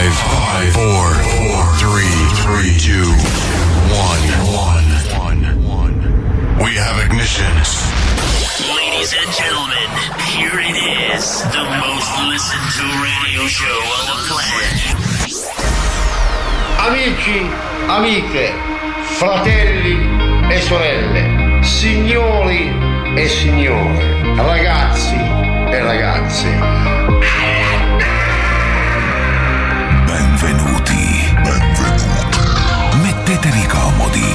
5, 4, 4, 3, 3, 2, 1, 1, 1. We have ignition. Ladies and gentlemen, here it is, the most listened to radio show on the planet. Amici, amiche, fratelli e sorelle, signori e signore, ragazzi e ragazze, Benvenuti. Benvenuti. Mettetevi comodi.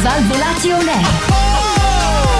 Svalvolati on air.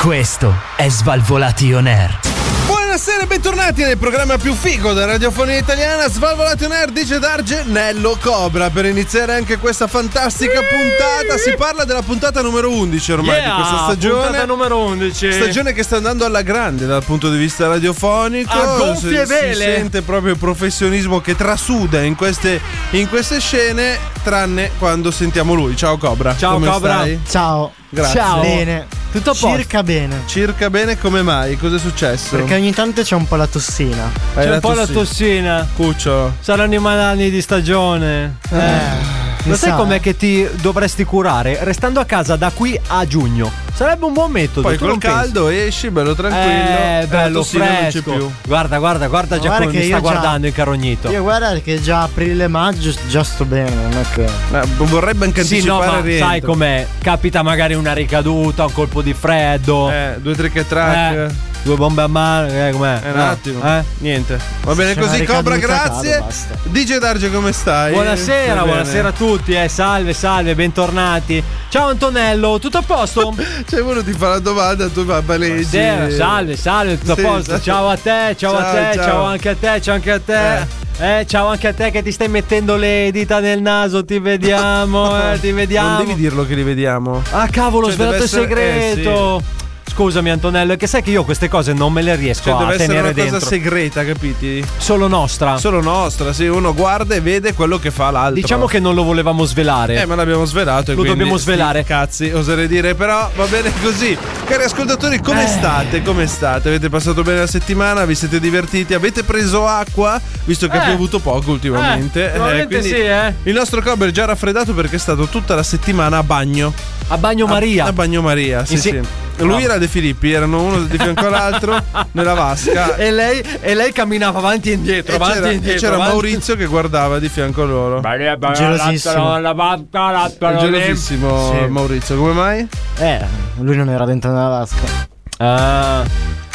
Questo è Svalvolati On Air. Buonasera e bentornati nel programma più figo della radiofonia italiana Svalvolati on air dice Darge Nello Cobra Per iniziare anche questa fantastica puntata Si parla della puntata numero 11 ormai di questa Puntata stagione numero 11. Stagione che sta andando alla grande dal punto di vista radiofonico A gonfie Si- vele. Si sente proprio il professionismo che trasuda in queste, in queste scene Tranne quando sentiamo lui Ciao Cobra Ciao, come Cobra. stai? Ciao. Grazie. Ciao. Bene. Tutto a posto. Circa bene. Circa bene come mai? Cosa è successo? Perché ogni tanto c'è un po' la tossina. Hai C'è un po' la tossi- tossina. Cucciolo Saranno i malanni di stagione. Eh, Eh. Lo Mi sai sa. com'è che ti dovresti curare? Restando a casa da qui a giugno. Sarebbe un buon metodo. Poi tu col non pensi? caldo esci, bello Eh, tranquillo. e la bello tossina fresco. Non c'è più. Guarda, guarda, guarda già guarda come che mi sta io già- guardando il carognito. Io guarda che già aprile maggio già sto bene, non è che. Eh, vorrebbe anche Sì, no, anticipare ma il rientro. sai com'è? Capita magari una ricaduta, un colpo di freddo. Eh, due trick e track. Eh, due bombe a mano, eh, com'è? Eh, un No, attimo. eh? Niente. Va bene c'è così, una Cobra, ricaduta, grazie. cado, basta. DJ Darge, come stai? Va Buonasera, bene. buonasera a tutti, eh, salve, salve, bentornati. Ciao Antonello, tutto a posto? Cioè, uno ti fa la domanda, tu va a palesi. Buonasera, salve, salve, tutto Sì, a posto. esatto. Ciao a te, ciao, a Ciao, te, ciao. ciao anche a te, ciao anche a te. Eh, ciao anche a te che ti stai mettendo le dita nel naso, ti vediamo, eh, ti vediamo. Non devi dirlo che li vediamo. Ah cavolo, ho Cioè, svelato deve il essere- eh, segreto. Scusami Antonello, è che sai che io queste cose non me le riesco Cioè, a deve essere tenere una dentro. cosa segreta, capiti? Solo nostra. Solo nostra, se uno guarda e vede quello che fa l'altro. diciamo che non lo volevamo svelare. Eh, ma l'abbiamo svelato. e Lo quindi dobbiamo sti svelare. Cazzi, oserei dire, però va bene così. Cari ascoltatori, Eh. come state? Come state? Avete passato bene la settimana? Vi siete divertiti? Avete preso acqua? Visto che ha Eh. piovuto poco ultimamente. Eh, probabilmente quindi sì, eh. Il nostro cover è già raffreddato perché è stato tutta la settimana a bagno. A bagnomaria. A, a bagnomaria, sì, Insi- sì. Bravo. Lui era De Filippi, erano uno di fianco all'altro nella vasca. e, lei, e lei camminava avanti e indietro, E avanti c'era, e e indietro. c'era avanti- Maurizio che guardava di fianco a loro. Gelosissimo. È gelosissimo Sì. Maurizio, come mai? Eh, lui non era dentro nella vasca. Ah,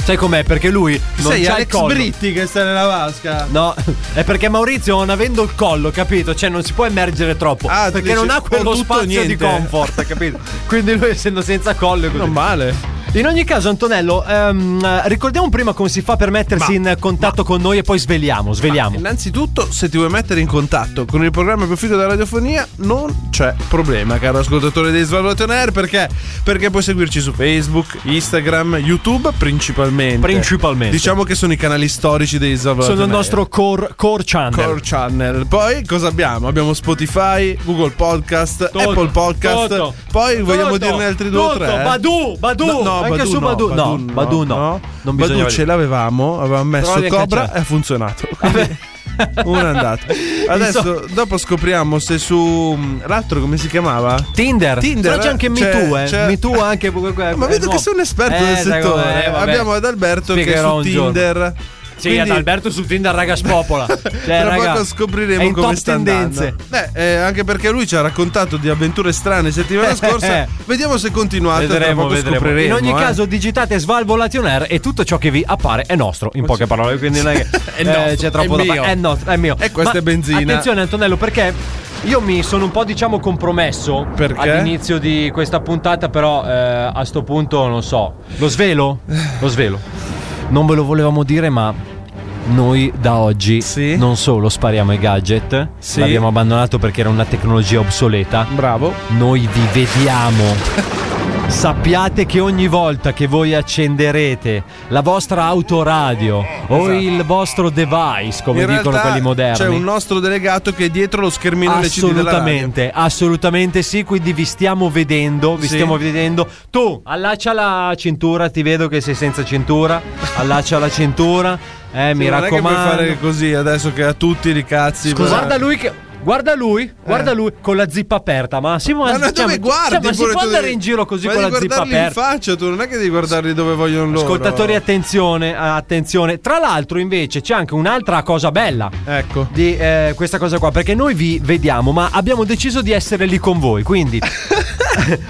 sai com'è? Perché lui non Sei c'ha il Alex collo. Britti che sta nella vasca. No, è perché Maurizio non avendo il collo, capito? Cioè non si può emergere troppo. Ah, tu perché dici, non ha o quello tutto o spazio di niente. comfort, capito? Quindi lui essendo senza collo è così. Non male. In ogni caso, Antonello, ehm, ricordiamo prima come si fa per mettersi in contatto con noi e poi sveliamo, sveliamo. Innanzitutto, se ti vuoi mettere in contatto con il programma più figo della radiofonia, non c'è problema, caro ascoltatore dei Svalvolati On Air, perché? Perché puoi seguirci su Facebook, Instagram, YouTube principalmente. Principalmente. Diciamo che sono i canali storici dei Svalvolati Sono il On Air. nostro core, core channel. Core Channel. Poi cosa abbiamo? Abbiamo Spotify, Google Podcast, Toto, Apple Podcast. Toto, Poi vogliamo Toto, dirne altri due o Toto, tre. eh? Badu, Badu, anche su Badu. No, Badu no. Non bisogna Badu ce l'avevamo, avevamo messo Però li ha Cobra cacciati. e ha funzionato. Uno è andato. Adesso, dopo scopriamo se su. mh, L'altro come si chiamava? Tinder. Tinder, Però c'è anche eh, Me c'è- Too, eh. c'è- Me Too anche. eh, Ma vedo che sei un esperto del settore. Abbiamo ad Alberto che su Tinder Sì, Quindi- ad Alberto su Tinder raga spopola. Cioè, Tra raga, poco è scopriremo in come top sta tendenze. andando. Beh, eh, anche perché lui ci ha raccontato di avventure strane settimana Eh, scorsa. Vediamo se continuate. tra Vedremo, poco vedremo. In scopriremo. ogni eh. caso, digitate Svalvolation Air e tutto ciò che vi appare è nostro. In poche parole, quindi non è che È nostro, eh, c'è troppo è da mio. fare. È nostro, è mio. E questa Ma è benzina. Attenzione, Antonello, perché io mi sono un po', diciamo, compromesso Perché? all'inizio di questa puntata, però eh, a sto punto non so. Lo svelo? Lo svelo. Non ve lo volevamo dire, ma. Noi da oggi Sì. non solo spariamo i gadget, Sì. l'abbiamo abbandonato perché era una tecnologia obsoleta, Bravo. noi vi vediamo. Sappiate che ogni volta che voi accenderete la vostra autoradio o il vostro device, come Eh, esatto. In dicono realtà quelli moderni. C'è un nostro delegato che è dietro lo schermino del CD della radio. Assolutamente, assolutamente sì, quindi vi stiamo vedendo, vi Sì. stiamo vedendo. Tu allaccia la cintura, ti vedo che sei senza cintura, allaccia la cintura. Eh, mi Sì, non è che puoi raccomando. fare così adesso che a tutti li cazzi. Scusa, però- guarda lui che. Guarda lui, guarda lui con la zippa aperta. Ma Simo, Eh. Ma no, dove guardi? ma si pure può tu? andare in giro così Ma con devi la zippa guardarli aperta? in faccia, tu non è che devi guardarli dove vogliono loro. Certo. Ascoltatori, attenzione, attenzione. Tra l'altro, invece, c'è anche un'altra cosa bella. Ecco. Di eh, questa cosa qua, perché noi vi vediamo, ma abbiamo deciso di essere lì con voi. Quindi,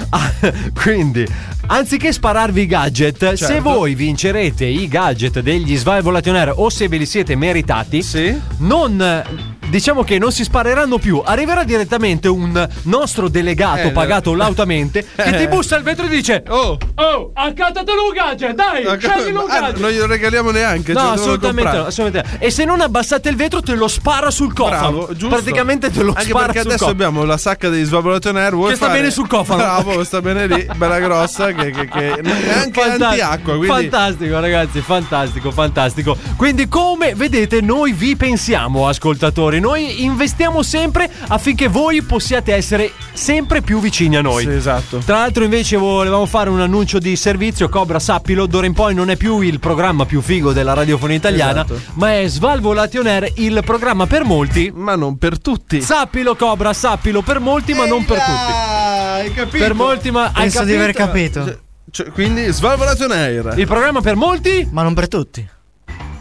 Ah, quindi anziché spararvi i gadget, Certo. se voi vincerete i gadget degli Svalvolation Air o se ve li siete meritati, Sì. non. eh, Diciamo che non si spareranno più, arriverà direttamente un nostro delegato Eh, pagato lautamente che ti bussa al vetro e dice: Oh, Oh, accattatelo un gadget, dai! ma come- sceglilo un ah, gadget! non glielo regaliamo neanche. No, cioè, devono assolutamente no, comprare. assolutamente no. E se non abbassate il vetro, te lo spara sul cofano. Bravo, giusto. Praticamente te lo Anche spara perché sul adesso cofano. abbiamo la sacca degli Svalvolato Air Che sta bene sul cofano. Bravo, sta bene lì, bella grossa. Che, che, che... È anche Fanta- antiacqua. Quindi... Fantastico, ragazzi, fantastico, fantastico. Quindi, come vedete, noi vi pensiamo, ascoltatori. Noi investiamo sempre affinché voi possiate essere sempre più vicini a noi. Sì, esatto. Tra l'altro, invece, volevamo fare un annuncio di servizio. Cobra, sappilo, d'ora in poi non è più il programma più figo della radiofonia italiana, Esatto. ma è Svalvolation Air, il programma per molti. Ma non per tutti. Sappilo, Cobra, sappilo, per molti, ma non per tutti. Hai capito? Per molti, ma hai Penso di aver capito? capito. Cioè, quindi Svalvolato Air. Il programma per molti? Ma non per tutti.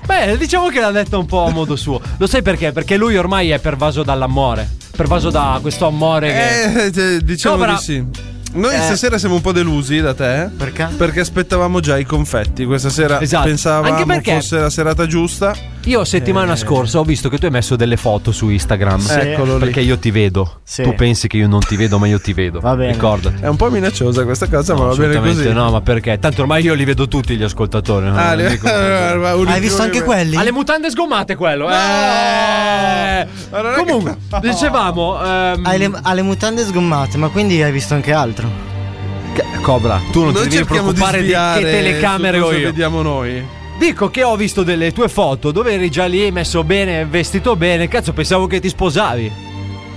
Beh, diciamo che l'ha detta un po' a modo suo. Lo sai perché? Perché lui ormai è pervaso dall'amore. Pervaso da questo amore che. Eh, eh, diciamo Cobra. di sì. Noi Eh. stasera siamo un po' delusi da te. Perché? Perché aspettavamo già i confetti. Questa sera Esatto. pensavamo Anche perché- fosse la serata giusta. Io settimana Eh. scorsa ho visto che tu hai messo delle foto su Instagram. Eccolo lì. Perché io ti vedo. Sì. Tu pensi che io non ti vedo, ma io ti vedo. Va bene. Ricordati. È un po' minacciosa questa cosa, ma va bene Assolutamente così. no, ma perché? Tanto ormai io li vedo tutti gli ascoltatori. no? Ah, Non le- dico- Hai visto anche quelli? Ha le mutande sgommate quello. Eh. Allora che- Comunque, dicevamo. ehm, Hai le, ha le mutande sgommate, ma quindi hai visto anche altro. che- Cobra, tu non Noi ti devi cerchiamo di preoccupare di che sviare telecamere su ho cosa io. vediamo noi. Dico che ho visto delle tue foto dove eri già lì, messo bene, vestito bene. Cazzo, pensavo che ti sposavi.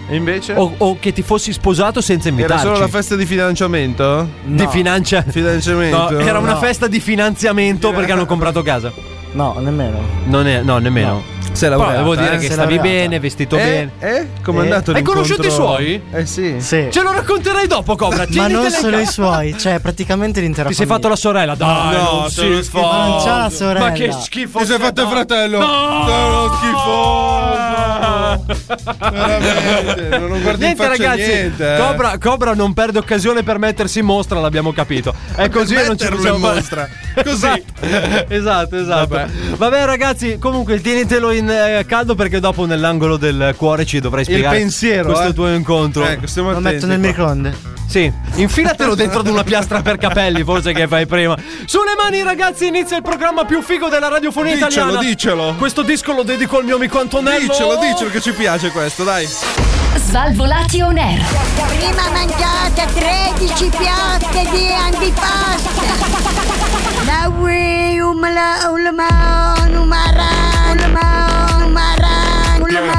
E invece? O, o che ti fossi sposato senza Era invitarci. solo la festa di fidanzamento? di financia. Fidanzamento? No, era una No. festa di finanziamento perché hanno comprato casa. No, nemmeno. Non è, no, nemmeno. Sei Però laureata, devo dire eh? che sei stavi laureata. bene, vestito Eh? bene. eh? Com'è Eh? andato Hai l'incontro? conosciuto i suoi? Eh sì. Sì. Ce lo racconterai dopo, Cobra. ma Cioè, tienitele non a solo casa. i suoi, cioè praticamente l'intera Ti sei fatto famiglia. la sorella? Dai, Ah, No, non sono si schifoso. Ma non c'ha la Ma sorella. che schifo. Ti sei fatto il fratello? Sono schifoso! Veramente, non lo guardi in Niente faccia ragazzi, niente, eh. Cobra, Cobra non perde occasione per mettersi in mostra, l'abbiamo capito. È così non ci metterlo possiamo in mostra. fare- Così. esatto, esatto. Vabbè. Vabbè. ragazzi, comunque tienitelo in eh, caldo perché dopo nell'angolo del cuore ci dovrai spiegare pensiero, questo eh. tuo incontro. Ecco, stiamo Lo attenti. metto nel qua. microonde. Sì, infilatelo dentro ad una piastra per capelli, forse che fai prima. Sulle mani, ragazzi, inizia il programma più figo della radiofonia Dicelo, italiana. dicelo. Questo disco lo dedico al mio amico Antonello. Dicelo, dicelo che ci piace questo, dai. Svalvolati on air. Prima mangiate 13 piatte di antipasto. Da qui un mela- un limone, un maran, un limone, un maran, un limone,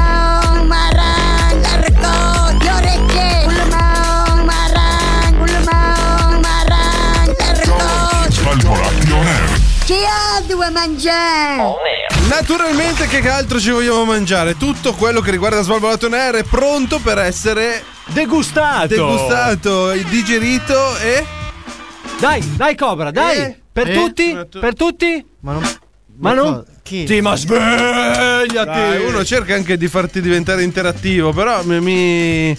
un maran, um, la ricotta, le orecchie. Un limone, un maran, un limone, un maran, um, la ricotta. Svalvolation Air. Chi ha due mangiare? Naturalmente che altro ci vogliamo mangiare? Tutto quello che riguarda Svalvolato on Air è pronto per essere Degustato. eh, degustato, digerito e Dai, dai Cobra, dai. Eh, per eh. tutti, Ma tu- per tutti. Ma non. Ma non. Sì, ma svegliati! Dai, uno cerca anche di farti diventare interattivo, però mi. mi,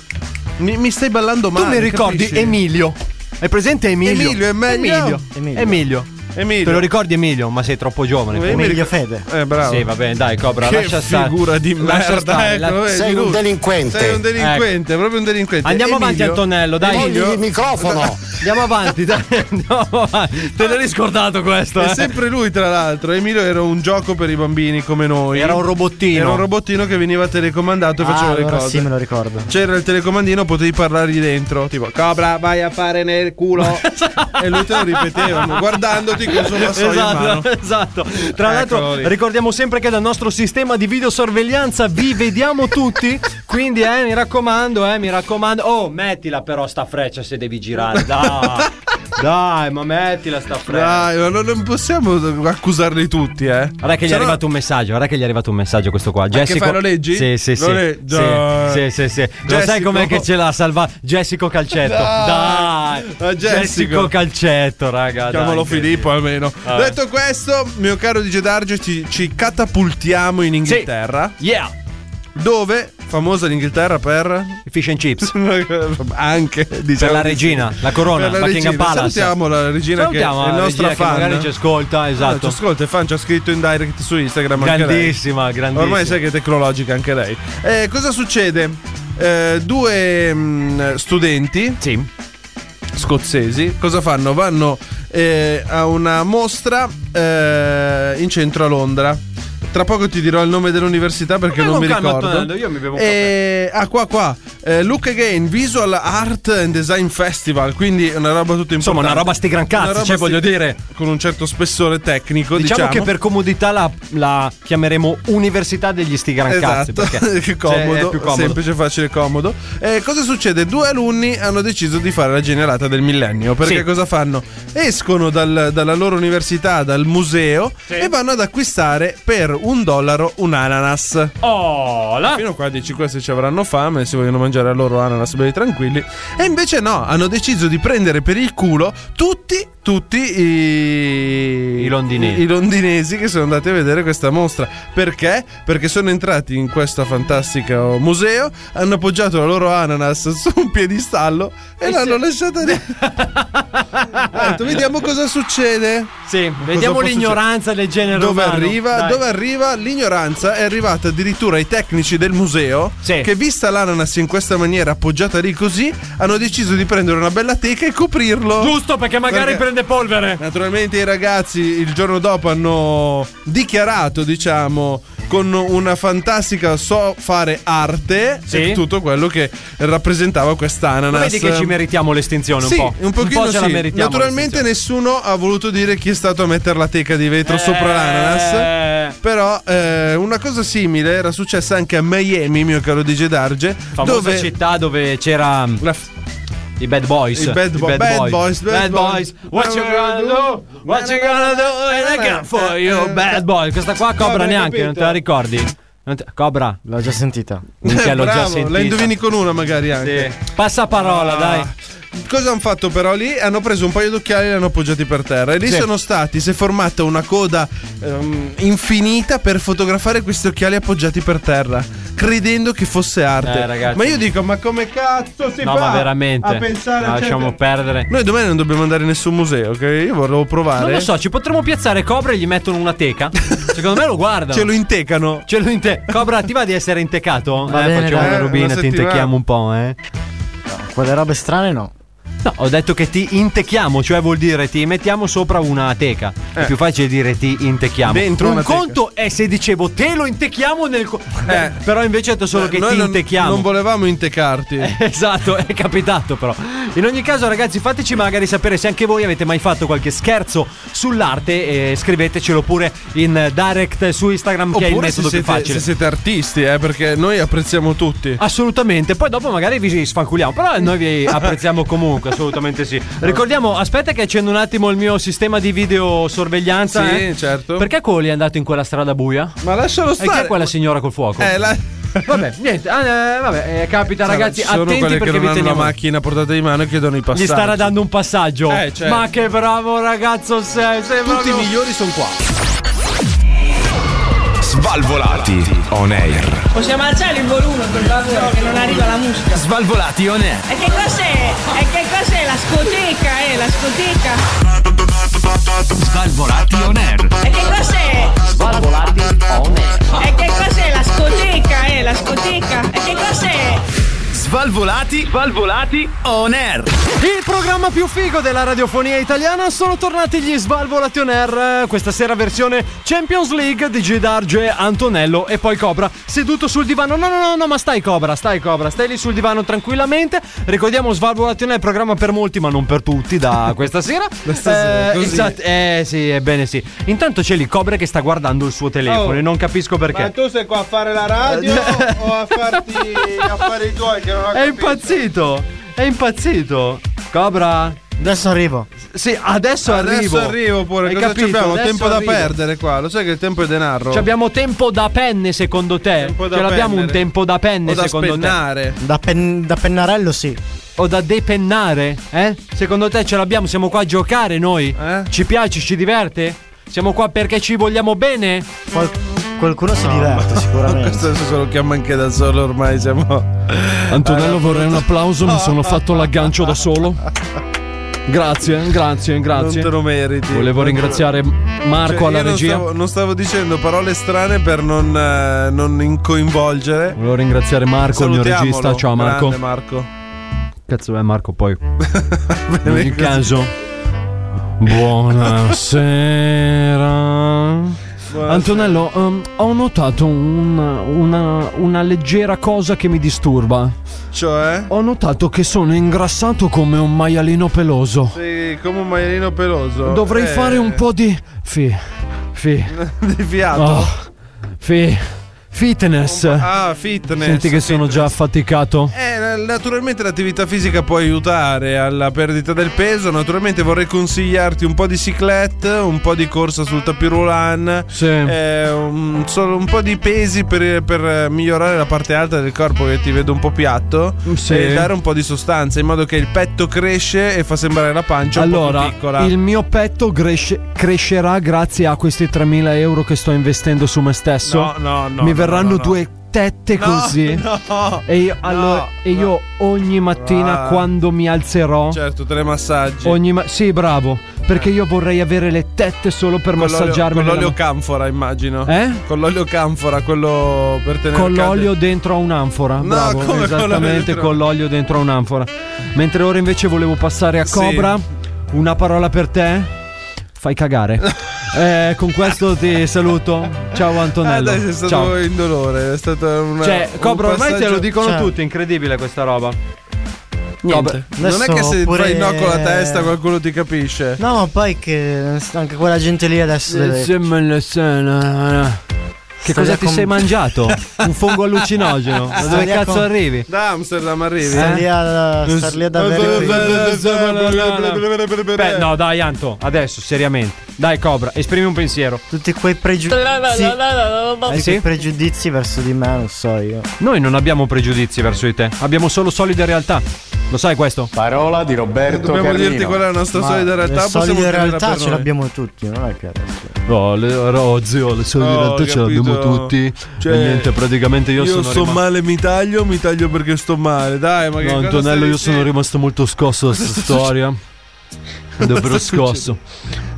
mi- mi stai ballando male. Tu mi ricordi capisci? Emilio. Hai presente Emilio? Emilio è meglio. Emilio. Emilio. Emilio. Te lo ricordi Emilio? Ma sei troppo giovane. Eh, comunque. mi ric- Eh, bravo. Sì, va bene, dai, Cobra, Che lascia stare. figura di Lascia merda, stare, la- ecco, vedi, tu. Sei un delinquente, proprio un delinquente. Ecco. Andiamo avanti, Emilio? Antonello, dai. Emilio? Andiamo avanti, dai. Andiamo avanti. Te l'hai riscordato questo, È eh? sempre lui, tra l'altro. Emilio era un gioco per i bambini come noi. Era un robottino. Era un robottino che veniva telecomandato e Ah, faceva le allora cose. sì, me lo ricordo. C'era il telecomandino, potevi parlargli dentro. Tipo, Cobra, vai a fare nel culo. e lui te lo ripeteva, guardandoti con il suo vassoio in mano. Ecco, esatto, esatto. Tra l'altro, Eccoli. ricordiamo sempre che dal nostro sistema di videosorveglianza vi vediamo tutti. Quindi, eh, mi raccomando, eh, mi raccomando. Oh, mettila però sta freccia se devi girare. Dai, dai, ma mettila sta freccia. Dai, ma non non possiamo accusarli tutti, eh. Guarda che gli Se è no- arrivato un messaggio, guarda che gli è arrivato un messaggio questo qua. Jessico... fai, lo leggi? Sì, sì, Lo sì. leggi? Sì, sì, Dai. sì, sì. Lo sai Jessico. com'è che ce l'ha salvato? Jessico Calcetto. Dai. Dai. Ah, Jessico. Calcetto, raga. Chiamalo dai, Filippo almeno. Vabbè. Detto questo, mio caro DJ Darge, ci, ci catapultiamo in Inghilterra. Yeah. Dove? Famosa l'Inghilterra per. Fish and chips. Anche diciamo Per la di sì. regina, la corona, Per la Buckingham regina. Palace. Salutiamo la regina Salutiamo che è la il nostro regia che fan. magari ci ascolta, Ah, ci esatto. ascolta, il fan ci ha scritto in direct su Instagram. anche lei. grandissima, grandissima. Ormai sai che è tecnologica anche lei. Eh, cosa succede? Eh, due mh, studenti scozzesi cosa fanno? Vanno eh, a una mostra eh, in centro a Londra. Tra poco ti dirò il nome dell'università perché Come non mi con calma, ricordo. Antonello, io mi bevo un Eh, ah, qua, qua. Eh, Look Again Visual Art and Design Festival. Quindi è una roba tutto importante. Insomma, una roba sti gran cazzi, Una roba cioè, voglio dire. Con un certo spessore tecnico. Diciamo, Diciamo, che per comodità la, la chiameremo Università degli Sti Gran Cazzi, Esatto, perché cioè, che comodo, è più comodo. semplice, facile, comodo. Eh, cosa succede? Due alunni hanno deciso di fare la generata del millennio. Perché Sì. cosa fanno? Escono dal- dalla loro università, dal museo e vanno ad acquistare per un dollaro un ananas. Oh, là. Fino a qua dici questi ci avranno fame, si vogliono mangiare a loro ananas belli tranquilli. E invece no, hanno deciso di prendere per il culo tutti, tutti i, I londinesi. i londinesi che sono andati a vedere questa mostra. Perché? Perché sono entrati in questo fantastico museo, hanno appoggiato la loro ananas su un piedistallo e, l'hanno lasciata lì. Ha detto, vediamo cosa succede. Sì, vediamo può l'ignoranza del genere Dove umano. arriva, Dai. dove arriva l'ignoranza è arrivata addirittura ai tecnici del museo Sì. che vista l'ananas in questa maniera appoggiata lì così hanno deciso di prendere una bella teca e coprirlo. Giusto perché magari Perché- prende polvere. Naturalmente i ragazzi il giorno dopo hanno dichiarato, diciamo, con una fantastica so fare arte Sì. e tutto quello che rappresentava Ma quest'ananas. vedi che ci meritiamo l'estinzione un sì, po'. un pochino po' ce la sì. meritiamo. Naturalmente l'estinzione. nessuno ha voluto dire chi è stato a mettere la teca di vetro Eh. sopra l'ananas. Però eh, una cosa simile era successa anche a Miami, mio caro DJ Darge, Famosa dove città dove c'era mm, la f- i bad boys. I bad bo- bad boys, bad Bad boys. boys. What you gonna do? What you gonna do? And I got for you, bad boy. Questa qua Cobra, Cobra neanche, capito? non te la ricordi? Non te- Cobra, L'ho già sentita. minchia, l'ho già Bravo, sentita. la indovini con una magari anche. Sì. Passa parola, Ah. dai. Cosa hanno fatto però lì? Hanno preso un paio d'occhiali e li hanno appoggiati per terra. E lì Sì. sono stati, si è formata una coda ehm, infinita per fotografare questi occhiali appoggiati per terra, credendo che fosse arte. Eh, ragazzi. ma io dico, ma come cazzo si No, fa? ma veramente. A pensare No, a lasciamo certe- perdere. Noi domani non dobbiamo andare in nessun museo, ok? Io volevo provare. Non lo so, ci potremmo piazzare Cobra e gli mettono una teca. Secondo me lo guardano. Ce lo intecano. Ce lo inte- Cobra, ti va di essere intecato? Va eh, bene, facciamo una dai. Eh, una robina, ti settimana. intechiamo un po', eh. Quelle robe strane no. No, ho detto che ti intechiamo, cioè vuol dire ti mettiamo sopra una teca. È più facile dire ti intechiamo. Eh. Dentro un una teca. Eh. conto è se dicevo te lo intechiamo nel. co- Beh, però invece ho detto solo che Noi ti non- intechiamo. Non volevamo intecarti. Esatto, è capitato però. In ogni caso, ragazzi, fateci magari sapere se anche voi avete mai fatto qualche scherzo sull'arte. E scrivetecelo pure in direct su Instagram, che è il Oppure se metodo più siete, facile. se siete artisti, eh, perché noi apprezziamo tutti. Assolutamente, poi dopo magari vi sfanculiamo, però noi vi apprezziamo comunque, assolutamente sì. Ricordiamo, aspetta che accendo un attimo il mio sistema di videosorveglianza. Sì, eh. certo. Perché Coli è andato in quella strada buia? Ma lascialo E chi stare. è quella signora col fuoco? Eh, la... Vabbè, niente, ah, eh, vabbè, eh, capita ragazzi, Ci sono attenti quelle che perché non vi hanno la teniamo. macchina a portata di mano e chiedono i passaggi. Gli starà dando un passaggio. Eh, certo. Ma che bravo ragazzo sei, sei Tutti i proprio- migliori sono qua. Svalvolati on air. Possiamo alzare il volume per favore, che non arriva la musica. Svalvolati on air. E che cos'è? E che cos'è la scoteca, eh? La scoteca. Svalvolati on air. E che cos'è? Svalvolati on air. E che cos'è la scoteca, eh? La scoteca. E che cos'è? Svalvolati, svalvolati on air. Il programma più figo della radiofonia italiana sono tornati gli Svalvolati on air. eh, Questa sera versione Champions League di Gidarge, Antonello e poi Cobra seduto sul divano. No, no, no, no, ma stai Cobra, stai Cobra, stai lì sul divano tranquillamente. Ricordiamo Svalvolati on air, programma per molti ma non per tutti da questa sera. stasera, eh, così. esatto, eh sì, ebbene sì. Intanto c'è lì Cobra che sta guardando il suo telefono Oh. e non capisco perché. Ma tu sei qua a fare la radio o a farti a fare i tuoi che non ho È capito? impazzito! È impazzito! Cobra! Adesso arrivo. Sì, adesso, Adesso arrivo. arrivo pure. Hai Cosa capito? abbiamo? Adesso Tempo arrivo. da perdere qua. Lo sai che il tempo è denaro. Ci abbiamo tempo da penne secondo te? da Ce l'abbiamo un pennere. tempo da penne O da secondo spennare. te? Da, pennarello sì. O da depennare? Eh? Secondo te ce l'abbiamo? Siamo qua a giocare noi? Eh? Ci piace? Ci diverte? Siamo qua perché ci vogliamo bene? qualcuno si diverte sicuramente. Questo se lo chiama anche da solo ormai siamo. Ah, Antonello vorrei un applauso, mi sono fatto l'aggancio da solo. Grazie, grazie, grazie. Non te lo meriti. Volevo Non te lo- ringraziare Marco Cioè, alla io non regia. stavo- non stavo dicendo parole strane per non, eh, non in- coinvolgere. Volevo ringraziare Marco, il mio Salutiamolo. regista. Ciao, Marco. Grande Marco. Cazzo è Marco poi? In ogni caso. Buonasera. Antonello, ehm, ho notato un- una, una leggera cosa che mi disturba. Cioè? Ho notato che sono ingrassato come un maialino peloso. Sei come un maialino peloso. Dovrei Eh, fare un po' di. Fi. Fi. di fiato. Oh, fi. Fitness. Ah, fitness. Senti che sono già affaticato. Eh, naturalmente l'attività fisica può aiutare alla perdita del peso. Naturalmente vorrei consigliarti un po' di ciclette, un po' di corsa sul tapirulan. Sì. eh, un, solo un po' di pesi per, per migliorare la parte alta del corpo che ti vedo un po' piatto. Sì. E dare un po' di sostanza in modo che il petto cresce e fa sembrare la pancia un po' Allora, più piccola. il mio petto cresce- crescerà grazie a questi 3.000 euro che sto investendo su me stesso. No, no, no, Mi no, verranno no, no. due tette No, così. no, e io, allora, e io ogni mattina Ah. quando mi alzerò. Certo, te le massaggi. Ogni ma- sì, bravo. Perché io vorrei avere le tette solo per Con l'olio- massaggiarmi. Con l'olio canfora, immagino. Eh? Con l'olio canfora, quello per tenere con calde- l'olio dentro a un'anfora. No, Bravo, come con l'olio esattamente dentro- con l'olio dentro a un'anfora. Mentre ora invece volevo passare a Sì. Cobra. Una parola per te. Fai cagare. Eh, con questo ti saluto. Ciao Ah, Antonello. dai, sei stato Ciao. in dolore. È stato una, Cioè, un Cobra, ormai te passaggio- lo dicono Cioè, tutti, è incredibile questa roba. Niente. Non è Adesso che se pure- fai no con la testa qualcuno ti capisce. No, ma poi che anche quella gente lì Eh, adesso deve... Che Stai eh. cosa a ti com- sei mangiato? Un fungo allucinogeno. Da dove Stai a cazzo com- arrivi? Da Amsterdam arrivi. eh? Stai eh. lì a- stai lì ad avere- Beh, no, dai, Anto, adesso, seriamente. Dai, Cobra, esprimi un pensiero. Tutti quei pregiudizi... Eh, sì? Tutti quei pregiudizi verso di me, non so io. Noi non abbiamo pregiudizi verso di te, abbiamo solo solide realtà. Lo sai questo? Parola di Roberto Dobbiamo dirti qual è la nostra Ma solida realtà. le possiamo solide tenerla realtà per ce noi. l'abbiamo tutti, non è che adesso... No, le, oh, zio, le solide Oh, realtà ce capito. l'abbiamo tutti. Cioè, e niente, praticamente io, io sono sto rimasto. male, mi taglio, mi taglio perché sto male. Dai, ma che No, cosa Antonello, stai io sono rimasto molto scosso da questa storia. Davvero scosso.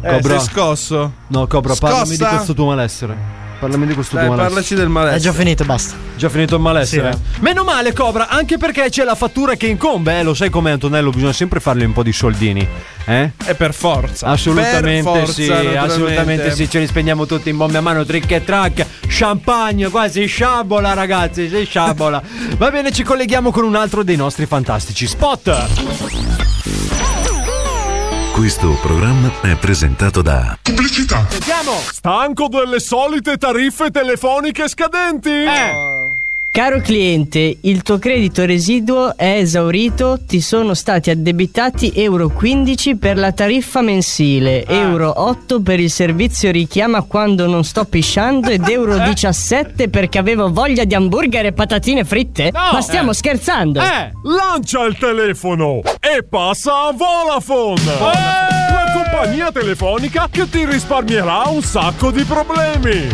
Eh, sei scosso? No, Cobra, Scossa? parlami di questo tuo malessere. Parlami di questo Dai, tuo malessere. parlaci del malessere. È già finito, basta. Già finito il malessere. Sì, eh. Meno male, Cobra, anche perché c'è la fattura che incombe, eh. Lo sai com'è, Antonello? Bisogna sempre farle un po' di soldini, eh? È per forza. Assolutamente Per forza, sì, naturalmente. assolutamente sì, ce li spegniamo tutti in bombe a mano, trick e track, champagne, qua si sciabola ragazzi, si sciabola. Va bene, ci colleghiamo con un altro dei nostri fantastici spot. Questo programma è presentato da Pubblicità. Sentiamo! Stanco delle solite tariffe telefoniche scadenti? Eh. Caro cliente, il tuo credito residuo è esaurito, ti sono stati addebitati euro 15 per la tariffa mensile, euro 8 per il servizio richiama quando non sto pisciando ed euro 17 perché avevo voglia di hamburger e patatine fritte? Ma stiamo scherzando! Eh, lancia il telefono e passa a Vodafone. La compagnia telefonica che ti risparmierà un sacco di problemi.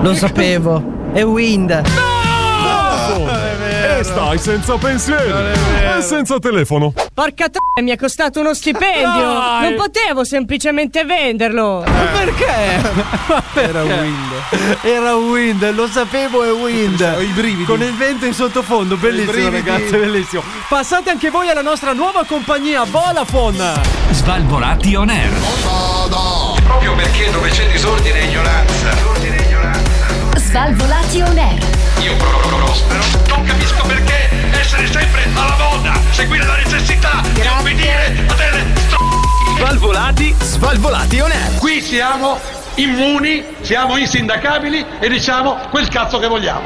Lo sapevo, è Wind. Vodafone. E Eh, stai senza pensieri e senza telefono. Porca t- mi è costato uno stipendio! Dai. Non potevo semplicemente venderlo! Perché? Era Wind. Era Wind, lo sapevo, è Wind. Con il vento in sottofondo, bellissimo, brividi. ragazzi, bellissimo. Passate anche voi alla nostra nuova compagnia, Volafon. Svalvolati on air. Proprio perché dove c'è disordine e ignoranza, Svalvolati on air. io pro- pro- prospero. Non capisco perché essere sempre alla moda, seguire la necessità di obbedire a delle Svalvolati, svalvolati on air. Qui siamo immuni, siamo insindacabili e diciamo quel cazzo che vogliamo.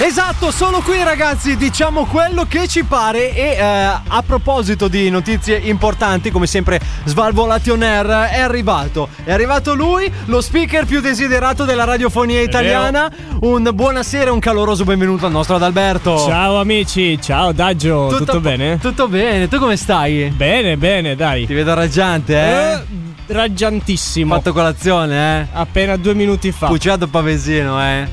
Esatto, solo qui ragazzi diciamo quello che ci pare e eh, a proposito di notizie importanti, come sempre Svalvolati on Air è arrivato. È arrivato lui, lo speaker più desiderato della radiofonia italiana. Un buonasera e un caloroso benvenuto al nostro Adalberto. Ciao amici, ciao Daggio, tutto, a po- bene? Tutto bene, tu come stai? Bene, bene, dai. Ti vedo raggiante, eh? raggiantissimo. Fatto colazione, eh? Appena due minuti fa. Cucinato pavesino, eh? eh.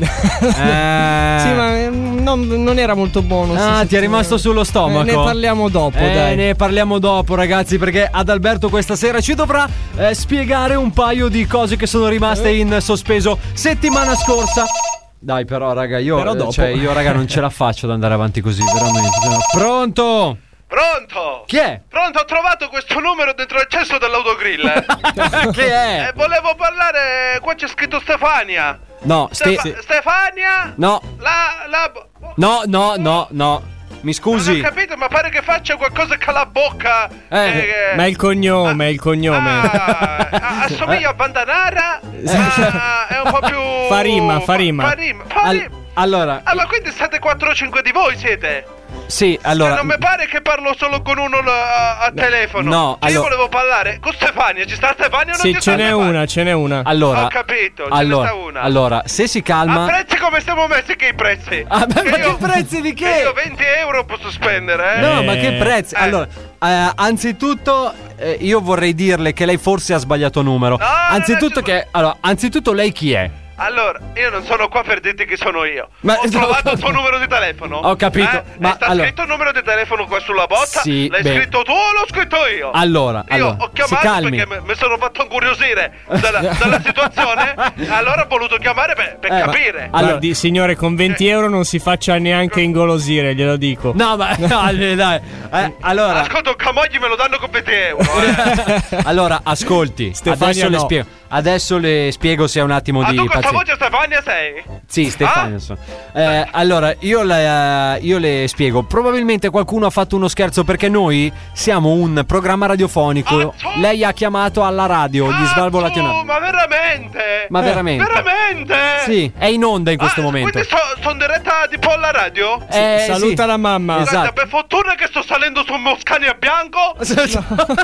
Sì, ma eh, non, non era molto buono. Ah, ti è rimasto sullo stomaco. Ne parliamo dopo, Eh, dai. Ne parliamo dopo, ragazzi, perché Adalberto questa sera ci dovrà eh, spiegare un paio di cose che sono rimaste in sospeso settimana scorsa. Eh. Dai, però, raga, io, Però eh, dopo. cioè, io, raga, non ce la faccio ad andare avanti così, veramente. cioè, Pronto? Pronto? Chi è? Pronto, ho trovato questo numero dentro il cesso dell'autogrill. eh. Che è? Eh, volevo parlare. Qua c'è scritto Stefania. No, ste- Stefa- Stefania? No, La. la. no, no, no, no. Mi Non ho scusi. capito, ma pare che faccia qualcosa con la bocca. eh, Ma è il cognome, è il cognome. a- assomiglia a Bandanara. ma è un po' più. Fa rima, fa rima. Fa rima. Fa Al- rima. allora, Ah, ma quindi state 4 o 5 di voi siete? sì, Cioè, allora. non mi pare che parlo solo con uno a, a telefono. no, Cioè, Io allora- volevo parlare con Stefania. Ci sta Stefania o non Sì, ci sta ce n'è Stefania? una, ce n'è una. Allora, Ho capito, ce ne allora, sta una. allora, se si calma. A prezzi come siamo messi che i prezzi? Ah, ma- Che ma io- che prezzi di che? Io 20 euro posso spendere, eh? No, ma che prezzi? Allora, eh, anzitutto, eh, io vorrei dirle che lei forse ha sbagliato numero. anzitutto, che, allora, anzitutto, lei chi è? Allora, io non sono qua per dirti chi sono io. Ma- Ho trovato il tuo numero di telefono. Ho capito, eh? ma E sta allora- scritto il numero di telefono qua sulla botta. Sì, L'hai bene. scritto tu o l'ho scritto io? Allora, io allora, ho chiamato si calmi. perché mi- mi sono fatto incuriosire dalla, dalla situazione. allora ho voluto chiamare per, per capire. eh, Allora, Eh, Guardi, signore, con 20 euro non si faccia neanche ingolosire, glielo dico. No, ma dai, dai. eh, allora. Ascolta, un camogli me lo danno con 20 euro. eh. Allora, ascolti, Stefania adesso le no. spiego. Adesso le spiego se è un attimo Ma di Ah, tu questa pazienza. voce Stefania sei? Ah? Sì, Stefania. insomma. Eh, allora, io le, io le spiego. Probabilmente qualcuno ha fatto uno scherzo perché noi siamo un programma Ah, radiofonico. Lei ha chiamato alla radio gli Svalvolati on Air. Ma veramente? Ma veramente? Eh, Veramente? Ah, Sì, è in onda in questo momento. Quindi sono diretta tipo alla radio? Eh, sì. Saluta la mamma. Guarda, Esatto. per fortuna che sto salendo su un Moscani a bianco.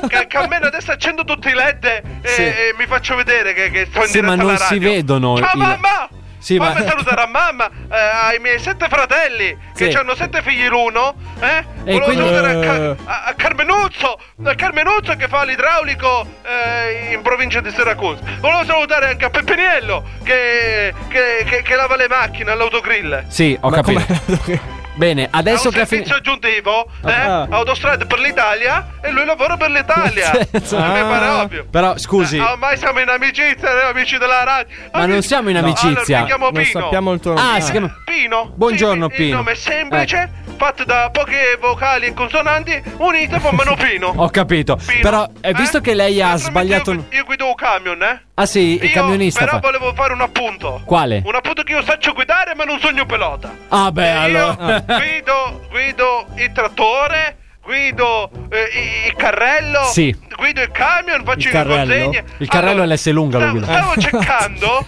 che, che almeno adesso accendo tutti i led e, e mi faccio vedere che, che sto in Sì, diretta ma non alla si radio. vedono. Ciao i- mamma! Sì, Fammi ma- salutare a mamma, eh, ai miei sette fratelli, che Sì. hanno sette figli l'uno, eh? Volevo quindi- salutare a, Car- a- a Carmenuzzo, a Carmenuzzo che fa l'idraulico eh, in provincia di Siracusa. Volevo salutare anche a Peppiniello, che, che, che- che lava le macchine all'autogrill. Sì, ho capito. Bene, adesso che ha Ah. finito. Servizio aggiuntivo, eh? Autostrade per l'Italia e lui lavora per l'Italia. A me pare ovvio. Ah. Però scusi, Ah, ormai siamo in amicizia, eh, amici della radio. ma non siamo in No, amicizia. allora, mi chiamo Pino. Ah, si chiama Pino. Buongiorno, Il Pino. Ecco. nome è semplice, fatto da poche vocali e consonanti, unite formano Pino. Ho capito. Però, eh, visto che lei ha sbagliato. Io guido un camion, eh? Ah, sì, il Io camionista Però fa. volevo fare un appunto. Quale? Un appunto che io saccio guidare, ma non sogno pilota. Ah, beh, E io allora. guido, guido il trattore. guido eh, il carrello, Sì. guido il camion, faccio Il le carrello? consegne. Il carrello è l'S lunga, lo Stavo, guido. stavo cercando.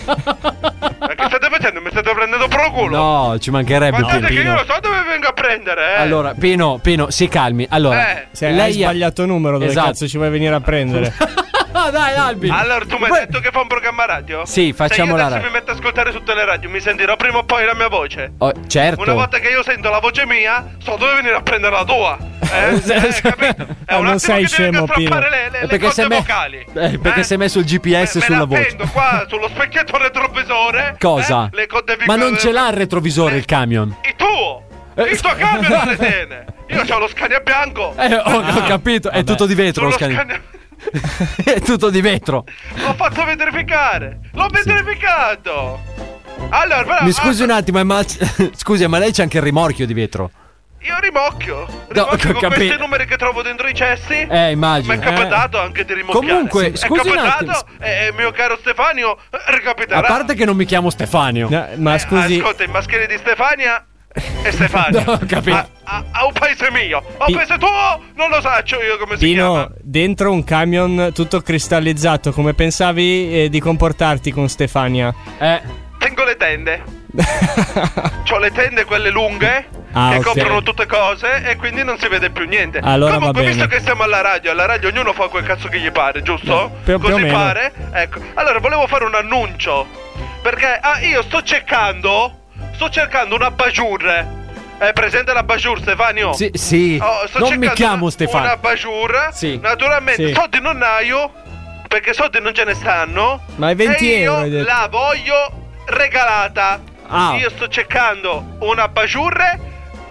Ma che state facendo? Mi state prendendo per il culo. No, ci mancherebbe Guardate che io Pino. lo so dove vengo a prendere, eh. Allora, Pino, Pino, si calmi. Allora, Eh. Se hai lei ha- sbagliato numero, dove Esatto. cazzo ci vuoi venire a prendere? Ah, dai, Albi. Allora, tu mi hai detto che fa un programma radio? Sì, facciamo la Se io adesso radio. mi metto ad ascoltare tutte le radio, mi sentirò prima o poi la mia voce. Oh, certo. Una volta che io sento la voce mia, so dove venire a prendere la tua. Eh? Eh, capito? È un non attimo sei che scemo, devi strappare Pino. le, le, Eh, le perché corde se me- vocali. Eh, perché si è messo il GPS Me sulla la voce. prendo qua sullo specchietto retrovisore. Cosa? eh, Le corde Ma vocali. non ce l'ha il retrovisore il camion. Il tuo! Il tuo camion ha le tene! Io ho lo scania bianco! Eh, ho, ho capito, è tutto di vetro lo Sullo scani- è tutto di vetro. L'ho fatto verificare! L'ho verificato! Allora, però, ah, Mi scusi un attimo, eh, ma scusi, ma lei c'è anche il rimorchio di vetro. io rimocchio! No, Rimocchio ho con capito. questi numeri che trovo dentro i cessi! Eh, immagino. Mi è capitato anche di rimocchiare! Comunque, Sì, scusi È un capitato, attimo. e e mio caro Stefanio, eh, ricapiterà! Eh, A parte che non mi chiamo Stefanio. ma scusi. Ascolta, i mascheri di Stefania e Stefania! No, ho capito. A, a- a un paese mio! A un Pi- paese tuo! Non lo saccio io come si chiama! Pino, dentro un camion tutto cristallizzato, come pensavi eh, di comportarti con Stefania? Eh. Tengo le tende. Ho le tende quelle lunghe Ah, che ok. coprono tutte cose e quindi non si vede più niente. Allora va Comunque, bene. visto che siamo alla radio, alla radio ognuno fa quel cazzo che gli pare, giusto? più- più o Così meno. pare? Ecco. Allora, volevo fare un annuncio. Perché ah, io sto cercando. Sto cercando una Bajur. È presente la Bajur, Stefano? Oh, Sì, sì. sto Non mi cercando chiamo una- Stefano. Una Bajur. Naturalmente, Sì. soldi non naio. Perché soldi non ce ne stanno. Ma è 20 e euro, io hai detto. la voglio regalata. Ah. Io sto cercando una bajurre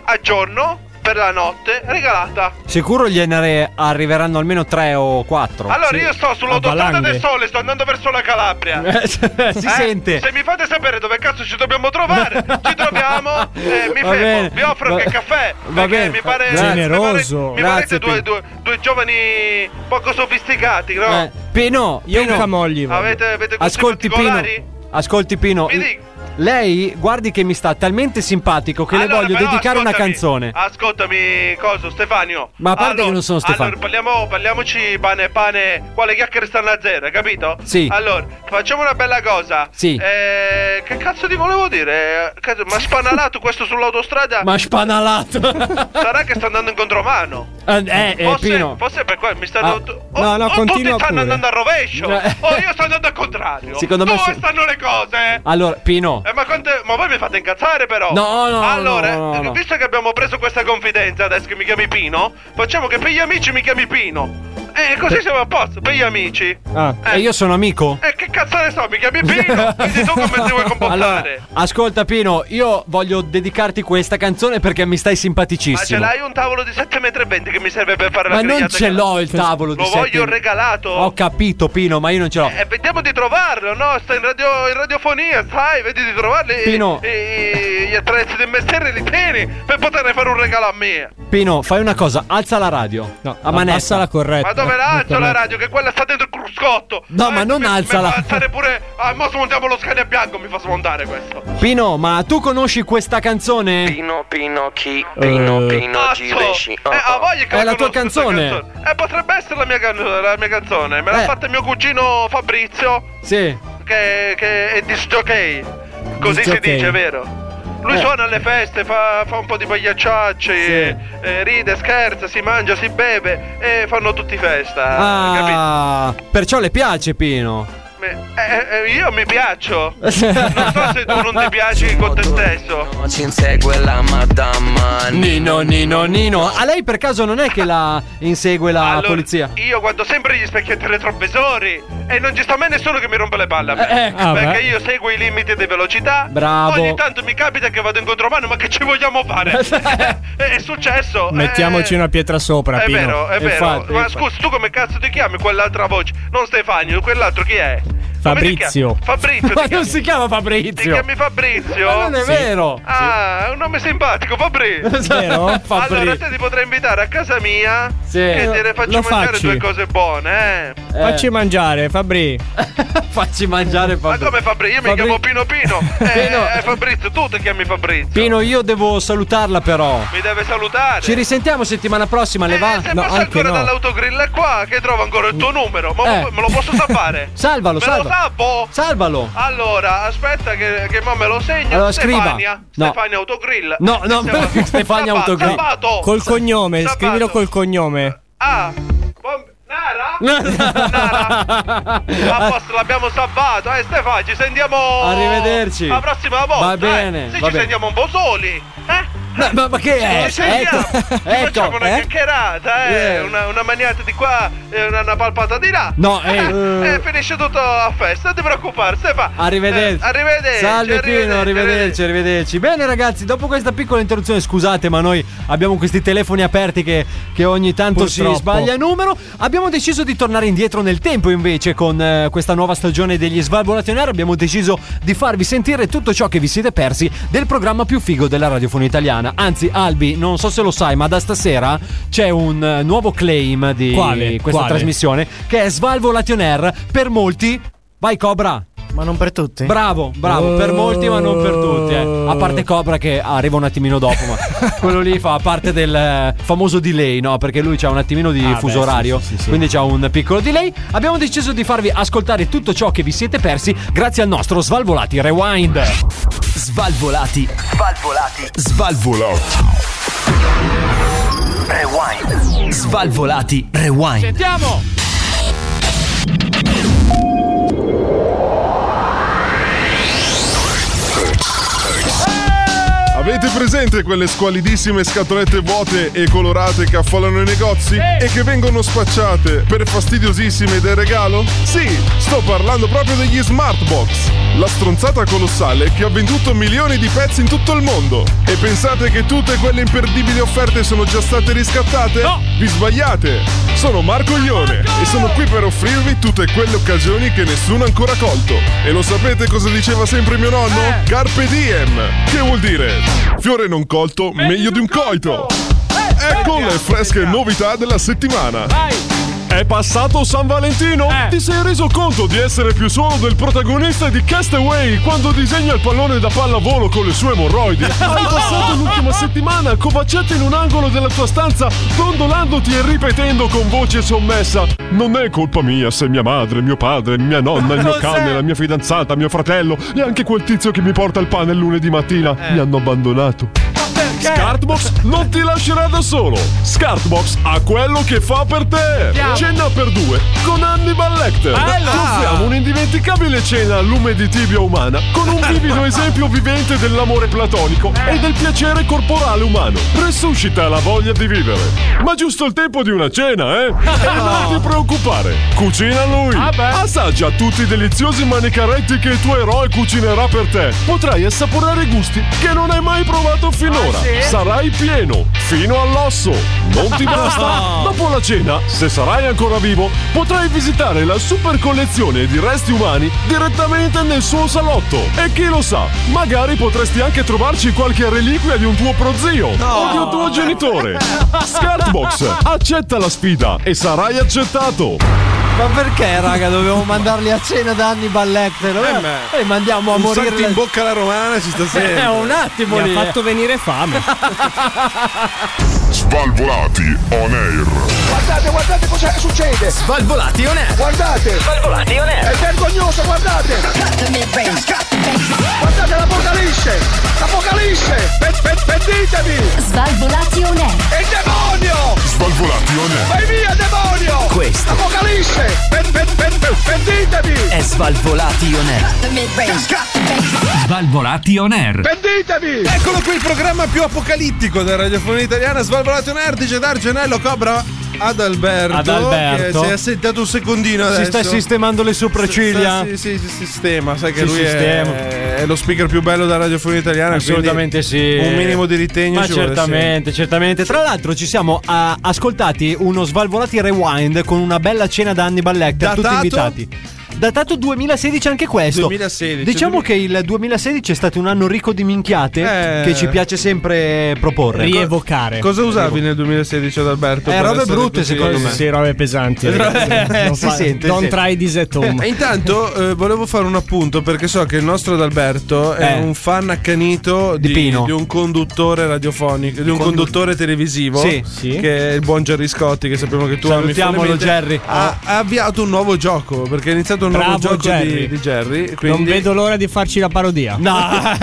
a giorno per la notte regalata. Sicuro gliene arriveranno almeno 3 o 4. Allora io sto sull'autostrada del sole, sto andando verso la Calabria. Eh, si sente. Se mi fate sapere dove cazzo ci dobbiamo trovare, ci troviamo. eh, mi Va fermo, bene, vi offro va- anche il caffè. va perché bene, mi pare grazie. mi pare- Generoso. Mi parete Grazie, due, Pino. due, due giovani poco sofisticati, no? Eh, Pino, Io un Pino, camogli voglio. Avete, avete gusti Ascolti Pino. particolari? Ascolti Pino. Mi dica. Lei guardi che mi sta talmente simpatico che le Allora, voglio però, dedicare una ascoltami, canzone. Ascoltami, coso, Stefano. Ma a parte che non sono Stefano. Allora, parliamo, parliamoci pane pane. Quale chiacchiere stanno a zero, hai capito? Sì. Allora, facciamo una bella cosa. Sì. Eh, che cazzo ti volevo dire? Eh, cazzo, Ma spanalato questo sull'autostrada? Ma spanalato. Sarà che sta andando in contromano. Eh, eh, eh, forse, Pino. forse per quello mi Ah, stanno. o- no, no, o tutti continua stanno pure. andando al rovescio. Eh. O io sto andando al contrario. Secondo me Dove sì. stanno le cose? Allora, Pino. Eh, ma, quante- ma voi mi fate incazzare però No, no, Allora, no, no, eh, no. visto che abbiamo preso questa confidenza adesso che mi chiami Pino Facciamo che per gli amici mi chiami Pino E così siamo a posto, per gli amici Ah, E io sono amico? E che cazzo ne so, mi chiami Pino Quindi tu come ti vuoi comportare? Ascolta Pino, io voglio dedicarti questa canzone perché mi stai ma ce simpaticissimo. l'hai un tavolo di 7,20 metri che mi serve per fare Ma la non grigliata ce che- l'ho il tavolo di Lo sette- voglio regalato Ho capito Pino, ma io non ce l'ho. E vediamo di trovarlo, no? Sta in, radio- in radiofonia, sai, vedi di trovarli e- Pino. e, e gli attrezzi del mestiere li tieni per poter fare un regalo a me. Pino, fai una cosa, alza la radio. No, a manetta. abbassa la corretta. Ma dove la alzo la radio? Che quella sta dentro il cruscotto! Eh, No, ma non alzala. Mi fa alzare pure. Ah, mo smontiamo lo scania bianco, mi fa smontare questo. Pino, ma tu conosci questa canzone? Pino Pino chi Eh. Pino Pino Oh, Cazzo! Gilesci Eh, a voglia che È la conosco tua questa canzone. Eh, potrebbe essere la mia, can- la mia canzone. Me l'ha Eh. fatta mio cugino Fabrizio, Sì. che, che è disjockey. Così si Disjockey. dice, vero? Lui Eh. suona alle feste, fa, fa un po' di pagliacciacce, eh, ride, scherza, si mangia, si beve e fanno tutti festa. Eh, capito? Ah, perciò le piace Pino. Eh, eh, eh, io mi piaccio. Non so se tu non ti piaci con te stesso. Ci insegue la madama Nino, Nino, Nino. A lei per caso non è che la insegue la polizia? Io guardo sempre gli specchietti retrovisori e non ci sta mai nessuno che mi rompe le palle a me. Eh, ecco. perché Ah, beh. io seguo i limiti di velocità. Bravo. Ogni tanto mi capita che vado in contromano, ma che ci vogliamo fare? Eh, è successo. eh, Mettiamoci una pietra sopra, È Pino. vero, è vero. Infatti, ma infatti. scusa, tu come cazzo ti chiami quell'altra voce? Non Stefano, quell'altro chi è? Fabrizio. Come ti chiami? Fabrizio. Ma ti non chiami? si chiama Fabrizio. Ti chiami Fabrizio? Ma non è Sì. vero. Ah, è un nome simpatico, Fabrizio. Vero? Allora Fabrizio. te ti potrei invitare a casa mia Sì. e te ne faccio Lo mangiare facci. due cose buone, eh. Facci mangiare, Fabri. Facci mangiare Ma come Fabrizio? Io mi Fabri- chiamo Pino Pino. Eh, eh, Fabrizio, tu ti chiami Fabrizio. Pino, io devo salutarla però. Mi deve salutare. Eh, Ci risentiamo settimana prossima, le va? Se passa ancora dall'autogrill qua che trovo ancora il tuo numero, ma Eh. me lo posso salvare? Salvalo, me salva- Lo salvo? Salvalo. Allora, aspetta che, che mo me lo segno. Allora, scriva. Stefania, No. Stefania Autogrill. No, no, Stefania- Stefania Sabato, Autogrill. Sabato. Col cognome, scrivilo col cognome. Ah, bom- Nara? Nara? A posto, l'abbiamo salvato. Eh, Stefania, ci sentiamo. Arrivederci. La prossima volta. Va bene, Eh. Se va ci bene. sentiamo un po' soli. Eh? Ma, ma- ma che è? Ecco. Ci sentiamo. Ci facciamo una eh? chiacchierata, eh? Yeah. Una, una maniata di qua e una, una palpata di là. No, eh. E finisce tutto a festa, non ti preoccupare, Stefano. Arrivederci. Eh, arrivederci. Salve Pino, arrivederci, arrivederci. Bene ragazzi, dopo questa piccola interruzione, scusate, ma noi abbiamo questi telefoni aperti che, che ogni tanto Purtroppo. si sbaglia numero. Abbiamo deciso di tornare indietro nel tempo invece con eh, questa nuova stagione degli Svalvolati on Air. Abbiamo deciso di farvi sentire tutto ciò che vi siete persi del programma più figo della radiofonia italiana. Anzi, Albi, non so se lo sai, ma da stasera c'è un eh, nuovo claim di Quale? questa Quale? trasmissione che è Svalvolati on Air per molti. Vai Cobra! Ma non per tutti? Bravo, bravo, per molti ma non per tutti. eh. A parte Cobra che arriva un attimino dopo, ma quello lì fa parte del eh, famoso delay, no? Perché lui c'ha un attimino di Ah, fuso beh, sì, orario, sì, sì, sì. quindi c'ha un piccolo delay. Abbiamo deciso di farvi ascoltare tutto ciò che vi siete persi grazie al nostro Svalvolati Rewind. Svalvolati. Svalvolati. Svalvolati. Rewind. Svalvolati Rewind. Sentiamo! Avete presente quelle squalidissime scatolette vuote e colorate che affollano i negozi e che vengono spacciate per fastidiosissime del regalo? Sì, sto parlando proprio degli Smartbox, la stronzata colossale che ha venduto milioni di pezzi in tutto il mondo. E pensate che tutte quelle imperdibili offerte sono già state riscattate? No! Vi sbagliate! Sono Marco Ione e sono qui per offrirvi tutte quelle occasioni che nessuno ha ancora colto. E lo sapete cosa diceva sempre mio nonno? Carpe diem! Che vuol dire? Fiore non colto, meglio di un coito! Ecco Eh, le fresche novità della settimana! È passato San Valentino? Ti sei reso conto di essere più solo del protagonista di Castaway quando disegna il pallone da pallavolo con le sue emorroidi? Hai passato l'ultima settimana covacciato in un angolo della tua stanza, dondolandoti e ripetendo con voce sommessa: Non è colpa mia se mia madre, mio padre, mia nonna, il mio cane, la mia fidanzata, mio fratello e anche quel tizio che mi porta il pane il lunedì mattina mi hanno abbandonato. Scartbox non ti lascerà da solo. Scartbox ha quello che fa per te. Andiamo. Cena per due con Hannibal Lecter. Bello. Offriamo un'indimenticabile cena al lume di tibia umana con un vivido esempio vivente dell'amore platonico e del piacere corporale umano. Resuscita la voglia di vivere. Ma giusto il tempo di una cena, eh? E non ti preoccupare, cucina lui. Assaggia tutti i deliziosi manicaretti che il tuo eroe cucinerà per te. Potrai assaporare gusti che non hai mai provato finora. sì? Sarai pieno, fino all'osso. Non ti basta. No. Dopo la cena, se sarai ancora vivo, potrai visitare la super collezione di resti umani direttamente nel suo salotto. E chi lo sa, magari potresti anche trovarci qualche reliquia di un tuo prozio o di un tuo genitore. Scartbox, accetta la sfida e sarai accettato. Ma perché raga dovevamo mandarli a cena da Hannibal Lecter? Eh, ma- e mandiamo a un morire salto in bocca alla romana ci sta sempre. Eh, un attimo Mi lì. ha fatto venire fame. Svalvolati on air. Guardate, guardate cosa succede! Svalvolati on air! Guardate! Svalvolati on air. È vergognoso, guardate! Guardate l'apocalisse! L'apocalisse! Ben- ben- Venditevi! Svalvolati on air. È il demonio! Svalvolati on air. Vai via, demonio! Questo. Apocalisse! Ben- ben- ben- ben- Venditevi! È Svalvolati on air. Svalvolati on air. Venditevi! Eccolo qui il programma più apocalittico della radiofonia italiana, Svalvolato Nerdice, Dargenello, Cobra, Adalberto. Adalberto. Che si è assentato un secondino adesso. Si sta sistemando le sopracciglia. Si, si, si, si sistema, sai che Si lui è- sistema. È, lo speaker più bello della radiofonia italiana. Assolutamente sì. quindi Un minimo di ritegno Ma ci vuole sempre. certamente, certamente. Tra l'altro ci siamo ah, ascoltati uno Svalvolati Rewind con una bella cena da Hannibal Lecter, tutti Datato? invitati. datato 2016 anche questo. 2016, Diciamo che il 2016 è stato un anno ricco di minchiate Eh. che ci piace sempre eh, proporre. Cosa usavi nel 2016 ad Alberto? Eh, per robe essere brutte, così- secondo me. Sì, robe pesanti. Eh, Non si fa- sente, Don't si try this at home. E intanto eh, volevo fare un appunto perché so che il nostro Adalberto è Eh. un fan accanito di, Pino. di un conduttore radiofonico, di un Condu- conduttore televisivo Sì. che è il buon Gerry Scotti che sappiamo che tu ami Salutiamolo, follemente, Gerry. Ha, ha avviato un nuovo gioco perché è iniziato un nuovo Bravo, gioco Gerry. di, di Gerry. Non Quindi vedo l'ora di farci la parodia. No,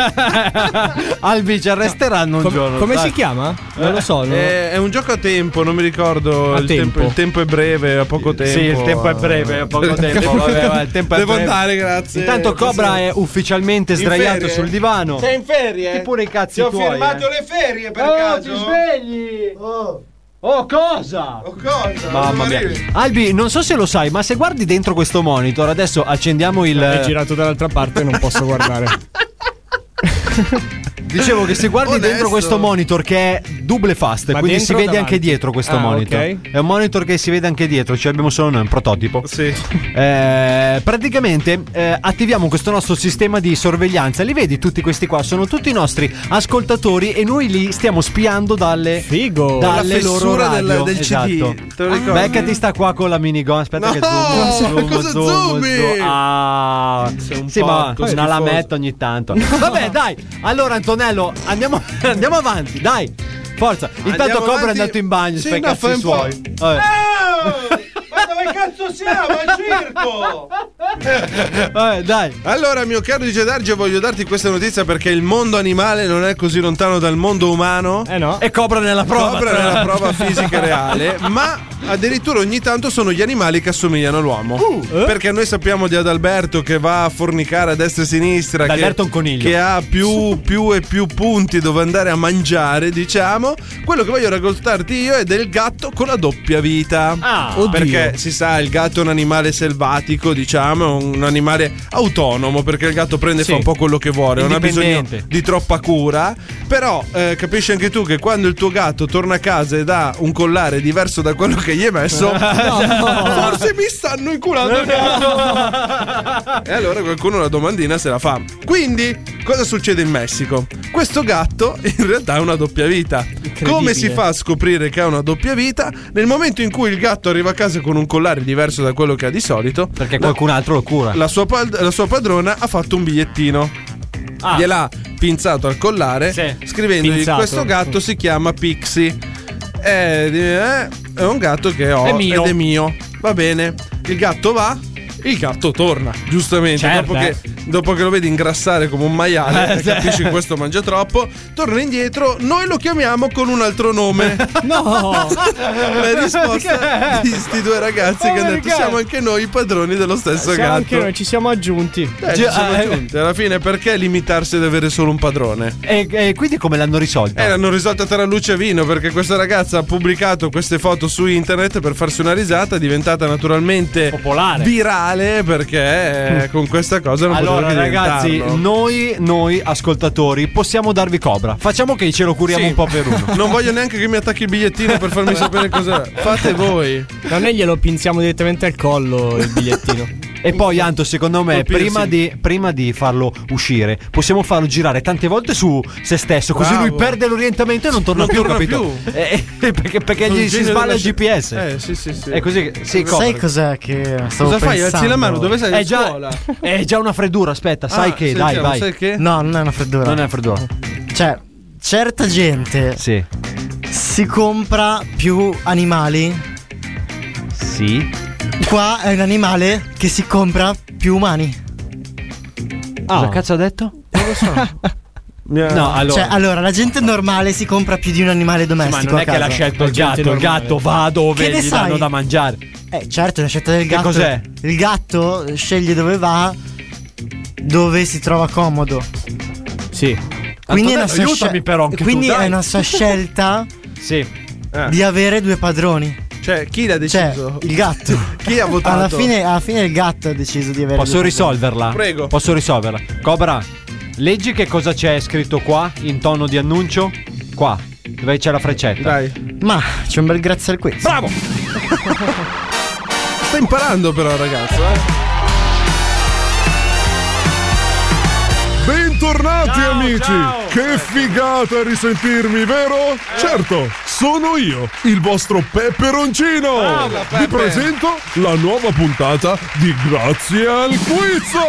Albi ci arresteranno un giorno. come dai. si chiama? Non lo so. non- Eh, è, è un gioco a tempo, non mi ricordo. A il, tempo. tempo. il tempo è breve, a poco tempo. Sì, il tempo è breve, a poco tempo. Vabbè, va, il tempo è Devo breve. andare, grazie. Intanto Cobra è ufficialmente In sdraiato ferie? sul divano. Sei in ferie? Ti pure i cazzi Ti ho tuoi, firmato eh. le ferie per Oh, caso? ti svegli! Oh, Oh, cosa? oh, cosa? Mamma mia. Albi, non so se lo sai, ma se guardi dentro questo monitor, adesso accendiamo il. Eh, È girato dall'altra parte, non posso guardare. Dicevo che se guardi Onesto. dentro questo monitor che è double fast, Ma quindi si dentro o vede davanti? anche dietro questo Ah, monitor. ok. È un monitor che si vede anche dietro, cioè abbiamo solo noi un prototipo. Sì. Eh, praticamente eh, attiviamo questo nostro sistema di sorveglianza. Li vedi tutti questi qua? Sono tutti i nostri ascoltatori e noi li stiamo spiando dalle, Figo. dalle La loro fessura del- radio. del CD, Esatto. te lo ricordi? Beccati sta qua con la minigun. Aspetta No, che zoom. zoom, cosa zoom, zoomi? zoom. Ah. Sei un Sì, ma porco una schifoso. la metto ogni tanto. Vabbè, dai. Allora, Antonello, andiamo, andiamo avanti, dai. Forza. Intanto Andiamo Cobra avanti. è andato in bagno, Sì, stai no, cazzi fai un po'. Eh, suoi. Eh. Vabbè. Ma dove cazzo siamo? Al circo! Vabbè, dai. Allora, mio caro DJ Darge, voglio darti questa notizia perché il mondo animale non è così lontano dal mondo umano. Eh no? E Cobra nella prova. Cobra tra è una l'altro. prova fisica reale, ma addirittura ogni tanto sono gli animali che assomigliano all'uomo. Uh, Eh? Perché noi sappiamo di Adalberto che va a fornicare a destra e a sinistra. che- Adalberto è un coniglio. Che ha più, più e più punti dove andare a mangiare, diciamo. Quello che voglio raccontarti io è del gatto con la doppia vita. Ah, Perché si sa, il gatto è un animale selvatico, diciamo, è un animale autonomo, perché il gatto prende e Sì. fa un po' quello che vuole, non ha bisogno Indipendente. di troppa cura. Però eh, capisci anche tu che quando il tuo gatto torna a casa ed ha un collare diverso da quello che gli hai messo, forse mi stanno inculando il gatto. e allora qualcuno la domandina se la fa. Quindi, cosa succede in Messico? Questo gatto in realtà ha una doppia vita. Come si fa a scoprire che ha una doppia vita? Nel momento in cui il gatto arriva a casa con un collare diverso da quello che ha di solito, Perché qualcun altro lo cura. la sua, pad- la sua padrona ha fatto un bigliettino. Gliel'ha pinzato al collare Sì. scrivendogli Pinzato. questo gatto si chiama Pixie. È, eh, è un gatto che ho È mio. ed è mio. Va bene. Il gatto va, il gatto torna. Giustamente, Certo, dopo, eh. che, dopo che lo vedi ingrassare come un maiale, capisci che questo mangia troppo, torna indietro, noi lo chiamiamo con un altro nome. No! La risposta di sti due ragazzi che hanno detto siamo anche noi i padroni dello stesso Siamo gatto. anche noi, ci siamo aggiunti. Eh, ci siamo giunti. Alla fine, perché limitarsi ad avere solo un padrone? E, e quindi come l'hanno risolta? Eh, l'hanno risolta tra luce e vino perché questa ragazza ha pubblicato queste foto su internet per farsi una risata, è diventata naturalmente Popolare. virale perché eh, con questa cosa non Allora, poteva che ragazzi, diventarlo. noi, noi ascoltatori possiamo darvi cobra. Facciamo che ce lo curiamo Sì. un po' per uno. Non voglio neanche che mi attacchi il bigliettino per farmi sapere cosa fate voi. Ma noi glielo pinziamo direttamente al collo il bigliettino. E poi, Anto, secondo me, Col piercing. prima di, prima di farlo uscire, possiamo farlo girare tante volte su se stesso, così Bravo. lui perde l'orientamento e non torna Non più, torna capito? più. Eh, eh, perché perché Un gli si genio sballa il della- GPS. Eh, sì, sì, sì. È così che Sai sì, Cobra. cos'è che stavo Cosa fai? pensando? Alzi la mano, dove sei? È Eh, A già, scuola. è già una freddura, aspetta, sai Ah, che, sentiamo, dai, vai. Sai che? No, non è una freddura. Non è una freddura. Cioè, certa gente Sì. si compra più animali. Sì. Qua è un animale che si compra più umani. Ah, cosa cazzo ha detto? No, allora. Cioè, allora, la gente normale si compra più di un animale domestico. ma non a è che casa. l'ha scelto il La gente gatto, il normale. gatto va dove Che ne gli danno sai? da mangiare. Eh, certo, è la scelta del gatto. cos'è? Il gatto sceglie dove va, dove si trova comodo. Sì. Quindi, è una, Antonello, sua aiutami scel- però anche quindi tu, è dai. una sua scelta Sì. Eh. di avere due padroni. Cioè, chi l'ha Cioè, deciso? il gatto. Chi ha votato? Alla fine, alla fine il gatto ha deciso di avere. Posso due risolverla? Prego. Posso risolverla. Cobra, leggi che cosa c'è scritto qua in tono di annuncio? Qua, dove c'è la freccetta. Dai. padroni. Ma c'è un bel grazie al quiz. Bravo! Sta imparando però, ragazzo, eh. Bentornati amici! Che figata risentirmi, vero? Eh. Certo, sono io, il vostro Pepperoncino! Bravo, Vi Peppe. presento la nuova puntata di Grazie al Quizzo!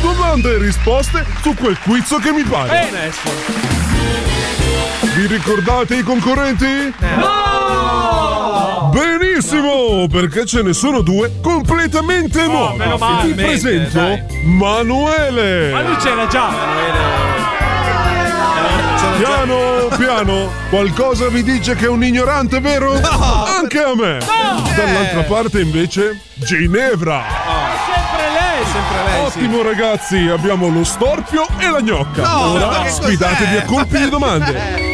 Domande e risposte su quel quizzo che mi pare. Vi ricordate i concorrenti? No! Benissimo, perché ce ne sono due completamente nuovi. meno male, Vi mente, presento dai. Manuele. Ma lui c'era già. Piano, piano, qualcosa vi dice che è un ignorante, vero? Anche a me. Eh. Dall'altra parte invece, Ginevra. Sempre lei, sempre lei. Ottimo ragazzi, abbiamo lo storpio e la gnocca. No, ma Ora che sfidatevi cos'è? a colpi di domande.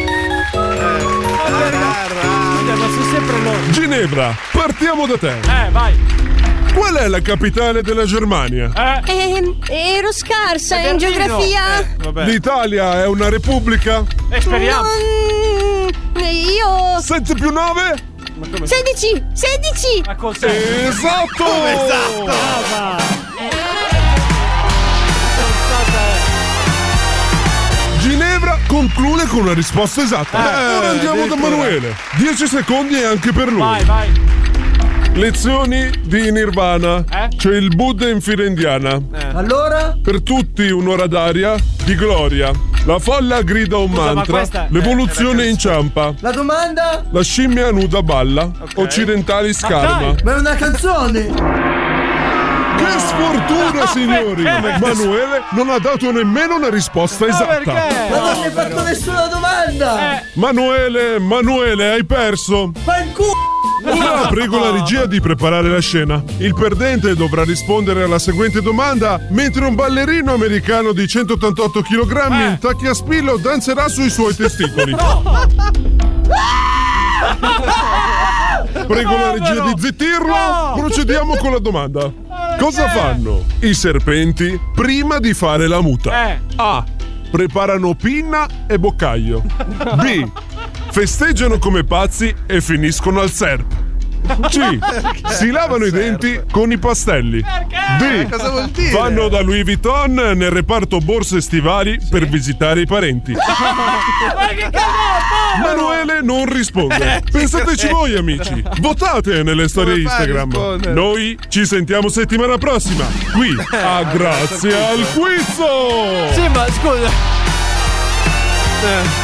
Ma sono sempre loro. Ginevra, partiamo da te. Eh, vai. Qual è la capitale della Germania? Ehm, ero scarsa in geografia. L'Italia è una repubblica? Non- Mm, Io. 7 più 9? 16! 16! Ma Ecco, cos'è? Esatto! Ginevra conclude con una risposta esatta. Eh, Ora andiamo da addirittura. Manuele. 10 secondi e anche per lui. Vai, vai. Lezioni di Nirvana. C'è il Buddha in fila indiana. Allora? Per tutti un'ora d'aria di gloria. La folla grida un ma mantra. questa- eh, L'evoluzione inciampa. La domanda? La scimmia nuda balla. Occidentali scarma. Ma è una canzone! Che sfortuna, signori! Manuele non ha dato nemmeno una risposta esatta. Ma non mi hai fatto nessuna domanda! Manuele, Manuele, hai perso! Ma il culo! Ora prego la regia di preparare la scena. Il perdente dovrà rispondere alla seguente domanda, mentre un ballerino americano di 188 kg Eh. in tacchi a spillo danzerà sui suoi testicoli. Prego la regia di zittirlo. Procediamo con la domanda. Eh, Cosa fanno i serpenti prima di fare la muta? Eh. A. Preparano pinna e boccaglio. B. Festeggiano come pazzi e finiscono al serp. C. Certo. Eh, Si lavano i denti con i pastelli. Perché? D. Cosa vuol dire? Vanno da Louis Vuitton nel reparto borse stivali per visitare i parenti. Ma che cavolo! Manuele non risponde. Pensateci voi, amici. Votate nelle storie Eh, Come fa a Instagram. rispondere? Noi ci sentiamo settimana prossima. Qui Ah, a Grazie al Quizzo. Sì, ma scusa. Eh,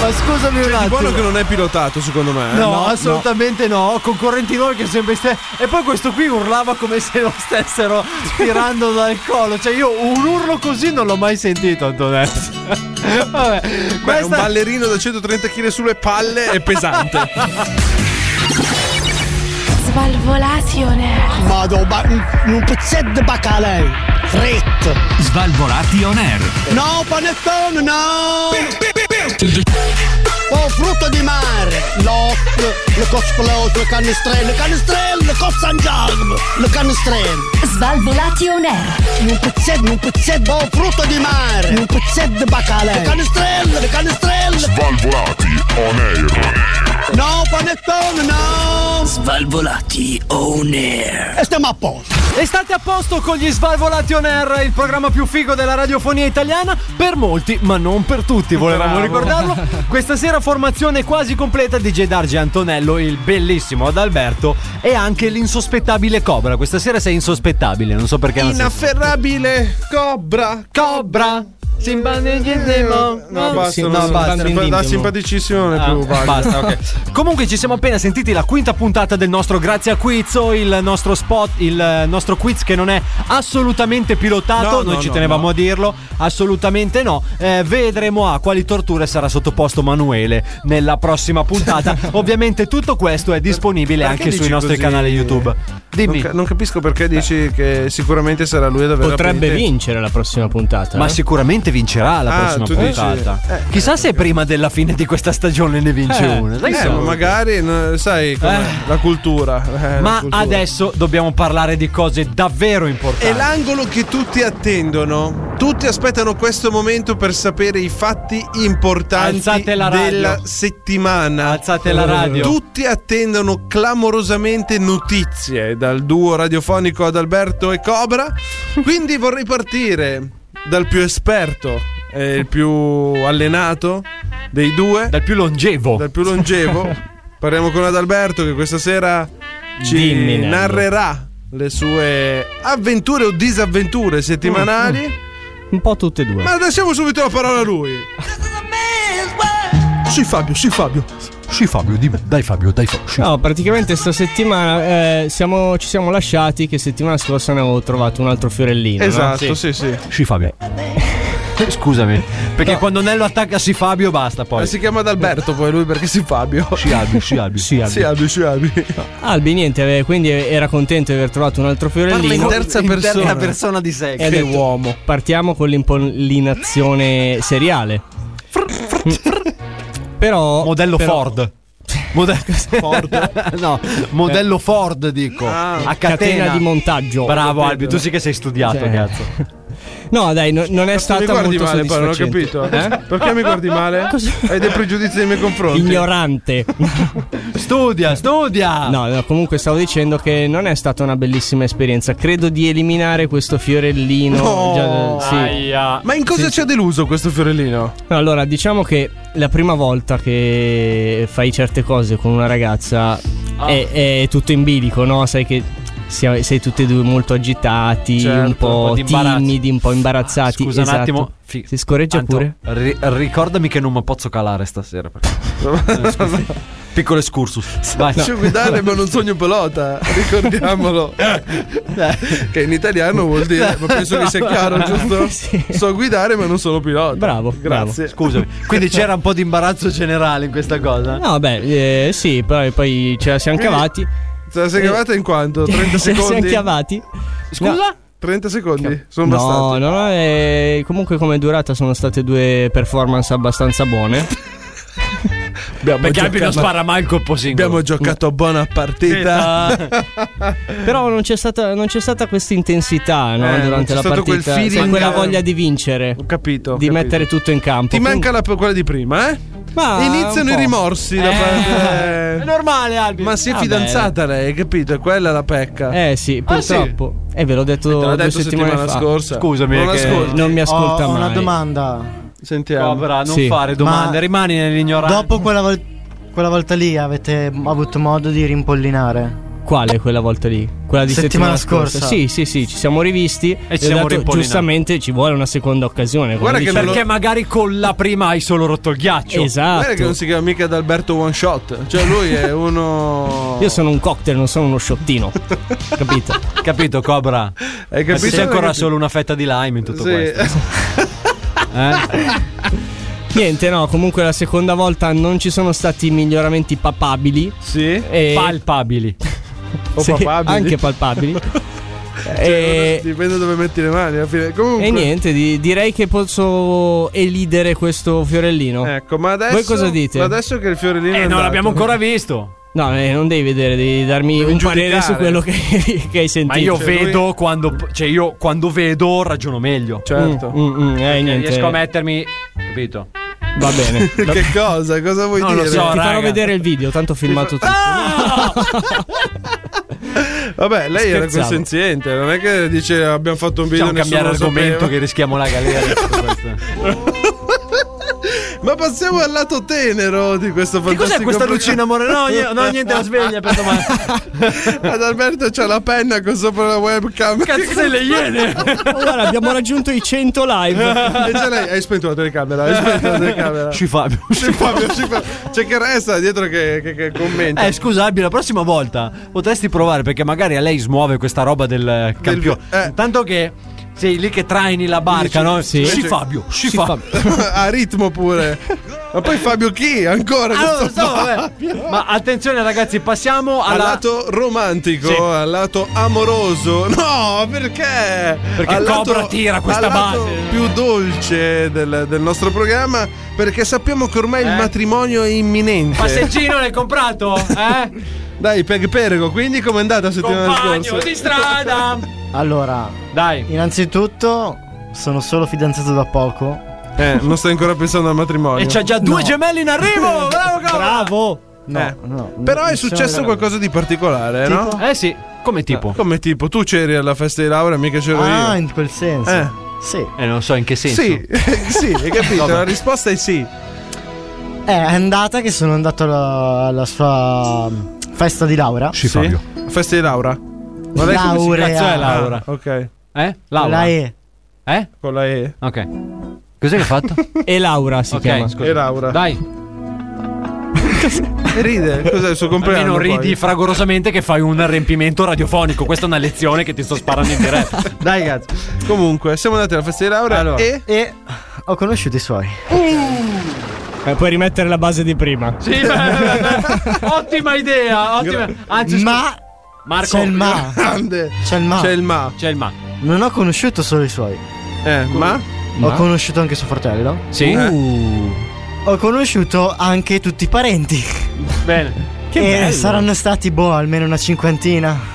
Ma scusami un Cioè, Di attimo. buono che non è pilotato, secondo me. eh. No, assolutamente no. Concorrenti noi che sempre ste... E poi questo qui urlava come se lo stessero tirando dal collo. Cioè, io un urlo così non l'ho mai sentito, Antonello. Vabbè, Beh, un ballerino da 130 kg sulle palle è pesante. Svalvolazione. Vado, ba- un, un pezzetto di bacalei. Fritto. Svalvolati on air. No, panettone, no! Oh, frutto di mare! L'oc, le cosplot, le canestrelle, le canestrelle, le cossangiarme, le canestrelle! Svalvolati on air! Un pezzetto, un pezzetto, oh, frutto di mare! Un pezzetto di bacalei! Le canestrelle, le canestrelle! Svalvolati on air. No, panettone, no! Svalvolati on air! E stiamo a posto! E state a posto con gli Svalvolati On Air, il programma più figo della radiofonia italiana, per molti, ma non per tutti, volevamo Bravo. ricordarlo. Questa sera formazione quasi completa di J. Darge Antonello, il bellissimo Adalberto e anche l'insospettabile Cobra. Questa sera sei insospettabile, non so perché non sei- Inafferrabile cobra, cobra. Simpaticissimo. Eh, No, basta, no, non- basta. da simpaticissimo non è Ah, più valido. basta, ok. Comunque ci siamo appena sentiti la quinta puntata del nostro Grazie a Quizzo, il nostro spot, il eh, nostro quiz che non è assolutamente pilotato, No, noi no, ci no, tenevamo a dirlo, assolutamente no. Eh, vedremo a quali torture sarà sottoposto Manuele nella prossima puntata. Ovviamente tutto questo è disponibile Perché anche sui dici nostri così? canali YouTube. Dimmi. Non, ca- non capisco perché dici che sicuramente sarà lui ad aver Potrebbe vincere la prossima puntata. Ma eh? sicuramente sicuramente vincerà la Ah, prossima tu dici? puntata. Eh, Chissà se prima della fine di questa stagione ne vince Eh, una. Dai eh, solo. ma magari, no, sai, com'è, la cultura. eh, la Ma cultura. adesso dobbiamo parlare di cose davvero importanti. È l'angolo che tutti attendono. Tutti aspettano questo momento per sapere i fatti importanti Alzate la radio. della settimana. Alzate la radio. Tutti attendono clamorosamente notizie dal duo radiofonico ad Alberto e Cobra. Quindi vorrei partire dal più esperto e il più allenato dei due. Dal più longevo. Dal più longevo. Parliamo con Adalberto che questa sera ci Dimmi, Nello. narrerà le sue avventure o disavventure settimanali. Mm. Un po' tutte e due. Ma lasciamo subito la parola a lui. Sì, Fabio, sì, Fabio. Sì, Fabio, dimmi. Dai, Fabio, dai, Fabio. No, praticamente sta settimana eh, siamo- ci siamo lasciati che settimana scorsa ne avevo trovato un altro fiorellino. no? Esatto, sì, sì. Sì, Fabio. Scusami, perché quando Nello attacca si Fabio basta poi. Ma Eh, si chiama Adalberto poi lui perché si Fabio. Sì, Albi, sì, Albi. Sì, Albi. Sì, Albi, sì, Albi. Albi, niente, eh, quindi era contento di aver trovato un altro fiorellino. Parla in terza In terza persona. persona di sé. E ha detto, Partiamo con l'impollinazione seriale. però. Modello però- Ford. Modello Ford. no, modello Ford dico. Ah. a catena. Catena di montaggio. Bravo Capito? Albi, tu sì che sei studiato, Cioè. cazzo. No, dai, no- non è Mi stata guardi molto male, poi non ho soddisfacente. capito. Eh? Perché mi guardi male? Hai dei pregiudizi nei miei confronti. Ignorante. studia, studia. No, no, comunque stavo dicendo che non è stata una bellissima esperienza. Credo di eliminare questo fiorellino. No. Già- eh, sì. Ma in cosa Sì, ci ha deluso questo fiorellino? No, Allora, diciamo che la prima volta che fai certe cose con una ragazza Ah, è, è tutto in bilico, no? Sai che sia- sei tutti e due molto agitati, Certo, un un po' po' di imbarazzo. timidi, un po' imbarazzati. Scusa esatto. un attimo. Fi- si scorreggia Anto, pure. ri- ricordami che non mi posso calare stasera. perché- Eh, scusa. Piccolo excursus. Vai. Faccio guidare ma non sogno pelota, ricordiamolo. che in italiano vuol dire, ma penso che sia chiaro, giusto? So guidare ma non sono pilota. Bravo, grazie. Scusami. Quindi c'era un po' di imbarazzo generale in questa cosa. No, beh, eh, sì, poi, poi ce la siamo Quindi- cavati. Se Eh. la sei Eh. cavata in quanto? 30 Ce la secondi? siamo chiavati. Scusa? 30 secondi? Sono Cioè, No, bastati. no, no, eh, comunque come durata sono state due performance abbastanza buone. Perché Albi non giocato- spara mai il colpo singolo. Abbiamo giocato a buona partita. Però non c'è stata, non c'è stata questa intensità no, Eh, non c'è durante la stato partita. quel Sai, feeling- quella voglia di vincere, Ho capito. ho di capito. mettere tutto in campo. Ti manca la, quella di prima, eh? Ma Iniziano un i po'. rimorsi da Eh, parte. È normale, Albi. Ma si è Ah, fidanzata lei, hai capito? Quella è la pecca. Quindi- Eh sì, Ah, sì? purtroppo. Eh, ve l'ho detto Te l'ha due detto settimane settimana fa. scorsa. Scusami, Non perché- ascolta. Non mi ascolta Ho mai. una domanda. Sentiamo. Cobra, non Sì. fare domande, Ma- rimani nell'ignoranza. Dopo quella, vol- quella volta lì avete avuto modo di rimpollinare. Quale quella volta lì? Quella di settimana, Settimana scorsa. scorsa. Sì, sì, sì, ci siamo rivisti. E siamo rimpollinati. Esatto, giustamente ci vuole una seconda occasione. come Guarda che dicevo. non lo- Perché magari con la prima hai solo rotto il ghiaccio. Esatto. Guarda che non si chiama mica Adalberto One Shot. Cioè, lui è uno. Io sono un cocktail, non sono uno sciottino. Capito? Capito, Cobra? Ma se Hai capito? c'è ancora Hai capito? solo una fetta di lime in tutto Sì. questo. Eh? Niente, no, comunque la seconda volta non ci sono stati miglioramenti papabili. Sì. E- Palpabili. O sì, papabili. Anche palpabili. Cioè, e, Dipende dove metti le mani. Alla fine. Comunque. Eh, e niente, di- direi che posso elidere questo fiorellino. Ecco, ma adesso. Voi cosa dite? Ma adesso che il fiorellino. Eh, è non l'abbiamo andato- ancora visto. No, eh, non devi vedere, devi darmi un parere giudicare. su quello che, che hai sentito. Ma io Cioè, lui- vedo quando. Cioè, io quando vedo ragiono meglio. Certo. Mm, mm, mm, eh, niente. Riesco a mettermi. Capito? Va bene. Ti Che cosa? Cosa vuoi Non lo dire? so. farò raga. vedere il video, tanto ho filmato tutto. Ah! Vabbè, lei era Scherzavo. consenziente. Non è che dice abbiamo fatto un video. Possiamo cambiare nessuno lo argomento che sapeva. rischiamo la galera. su questo. Ma passiamo al lato tenero di questo che fantastico cos'è questa lucina, amore? No, io- no, niente, la sveglia per domani. Ad Alberto c'ha la penna con sopra la webcam. Cazzo, sei le iene. Guarda, abbiamo raggiunto i 100 live. Invece lei hai spento la telecamera, hai spento la telecamera. Ci Fabio. Sì, Fabio, sì, Fabio. C'è che resta dietro che, che- che commenta. Eh, scusa, Abbi, la prossima volta potresti provare perché magari a lei smuove questa roba del campione. eh. Tanto che Sei lì che traini la barca, no? Sì, Fabio, sci, Fabio. a ritmo pure. Ma poi Fabio chi? Ancora Allora, questo stavo- vabbè. Ma attenzione ragazzi, passiamo Al alla... lato romantico, al lato amoroso. No, perché? Perché Al lato- Cobra tira questa al lato base. più dolce del, del nostro programma, perché sappiamo che ormai il Eh. matrimonio è imminente. Passeggino l'hai comprato? Eh? Dai, Peg Perego, Ecco, quindi com'è andata la settimana Compagno scorsa? di strada! Allora, dai. Innanzitutto, sono solo fidanzato da poco. Eh, non stai ancora pensando al matrimonio. E c'ha già due No. gemelli in arrivo! Bravo, Cobra! Bravo! No, Eh. no. Però è non successo sono- qualcosa di particolare, Tipo? no? Eh sì, come tipo? Come tipo, tu c'eri alla festa di laurea, mica c'ero io. Ah, in quel senso. Eh. Sì. Eh, non so in che senso. Sì, sì, hai capito? La risposta è sì. È andata che sono andato alla, alla sua mm, festa di laurea. Sì. Festa di Laura. Ma lei come si- Laurea. Cazzo è Laura? Ah, ok. Eh? Laura? La E. Eh? Con la E. Ok. Cos'è che hai fatto? E Laura si ok, chiama. scusa. Laura. Dai, E ride. Cos'è il suo compleanno? almeno ridi poi? fragorosamente che fai un riempimento radiofonico. Questa è una lezione che ti sto sparando in diretta. Dai, cazzo. Comunque, siamo andati alla festa di Laura Allora. e. E ho conosciuto i suoi. Eh, puoi rimettere la base di prima. Sì, beh, beh, beh. ottima idea. Ottima. Anzi, scusa. Ma Marco, c'è il ma. Grande. C'è il ma. C'è il ma. C'è il ma. Non ho conosciuto solo i suoi. Eh, ma? Eh. Ho conosciuto anche suo fratello. Sì. Ho conosciuto anche tutti i parenti. Bene. Che saranno stati, boh, almeno una cinquantina.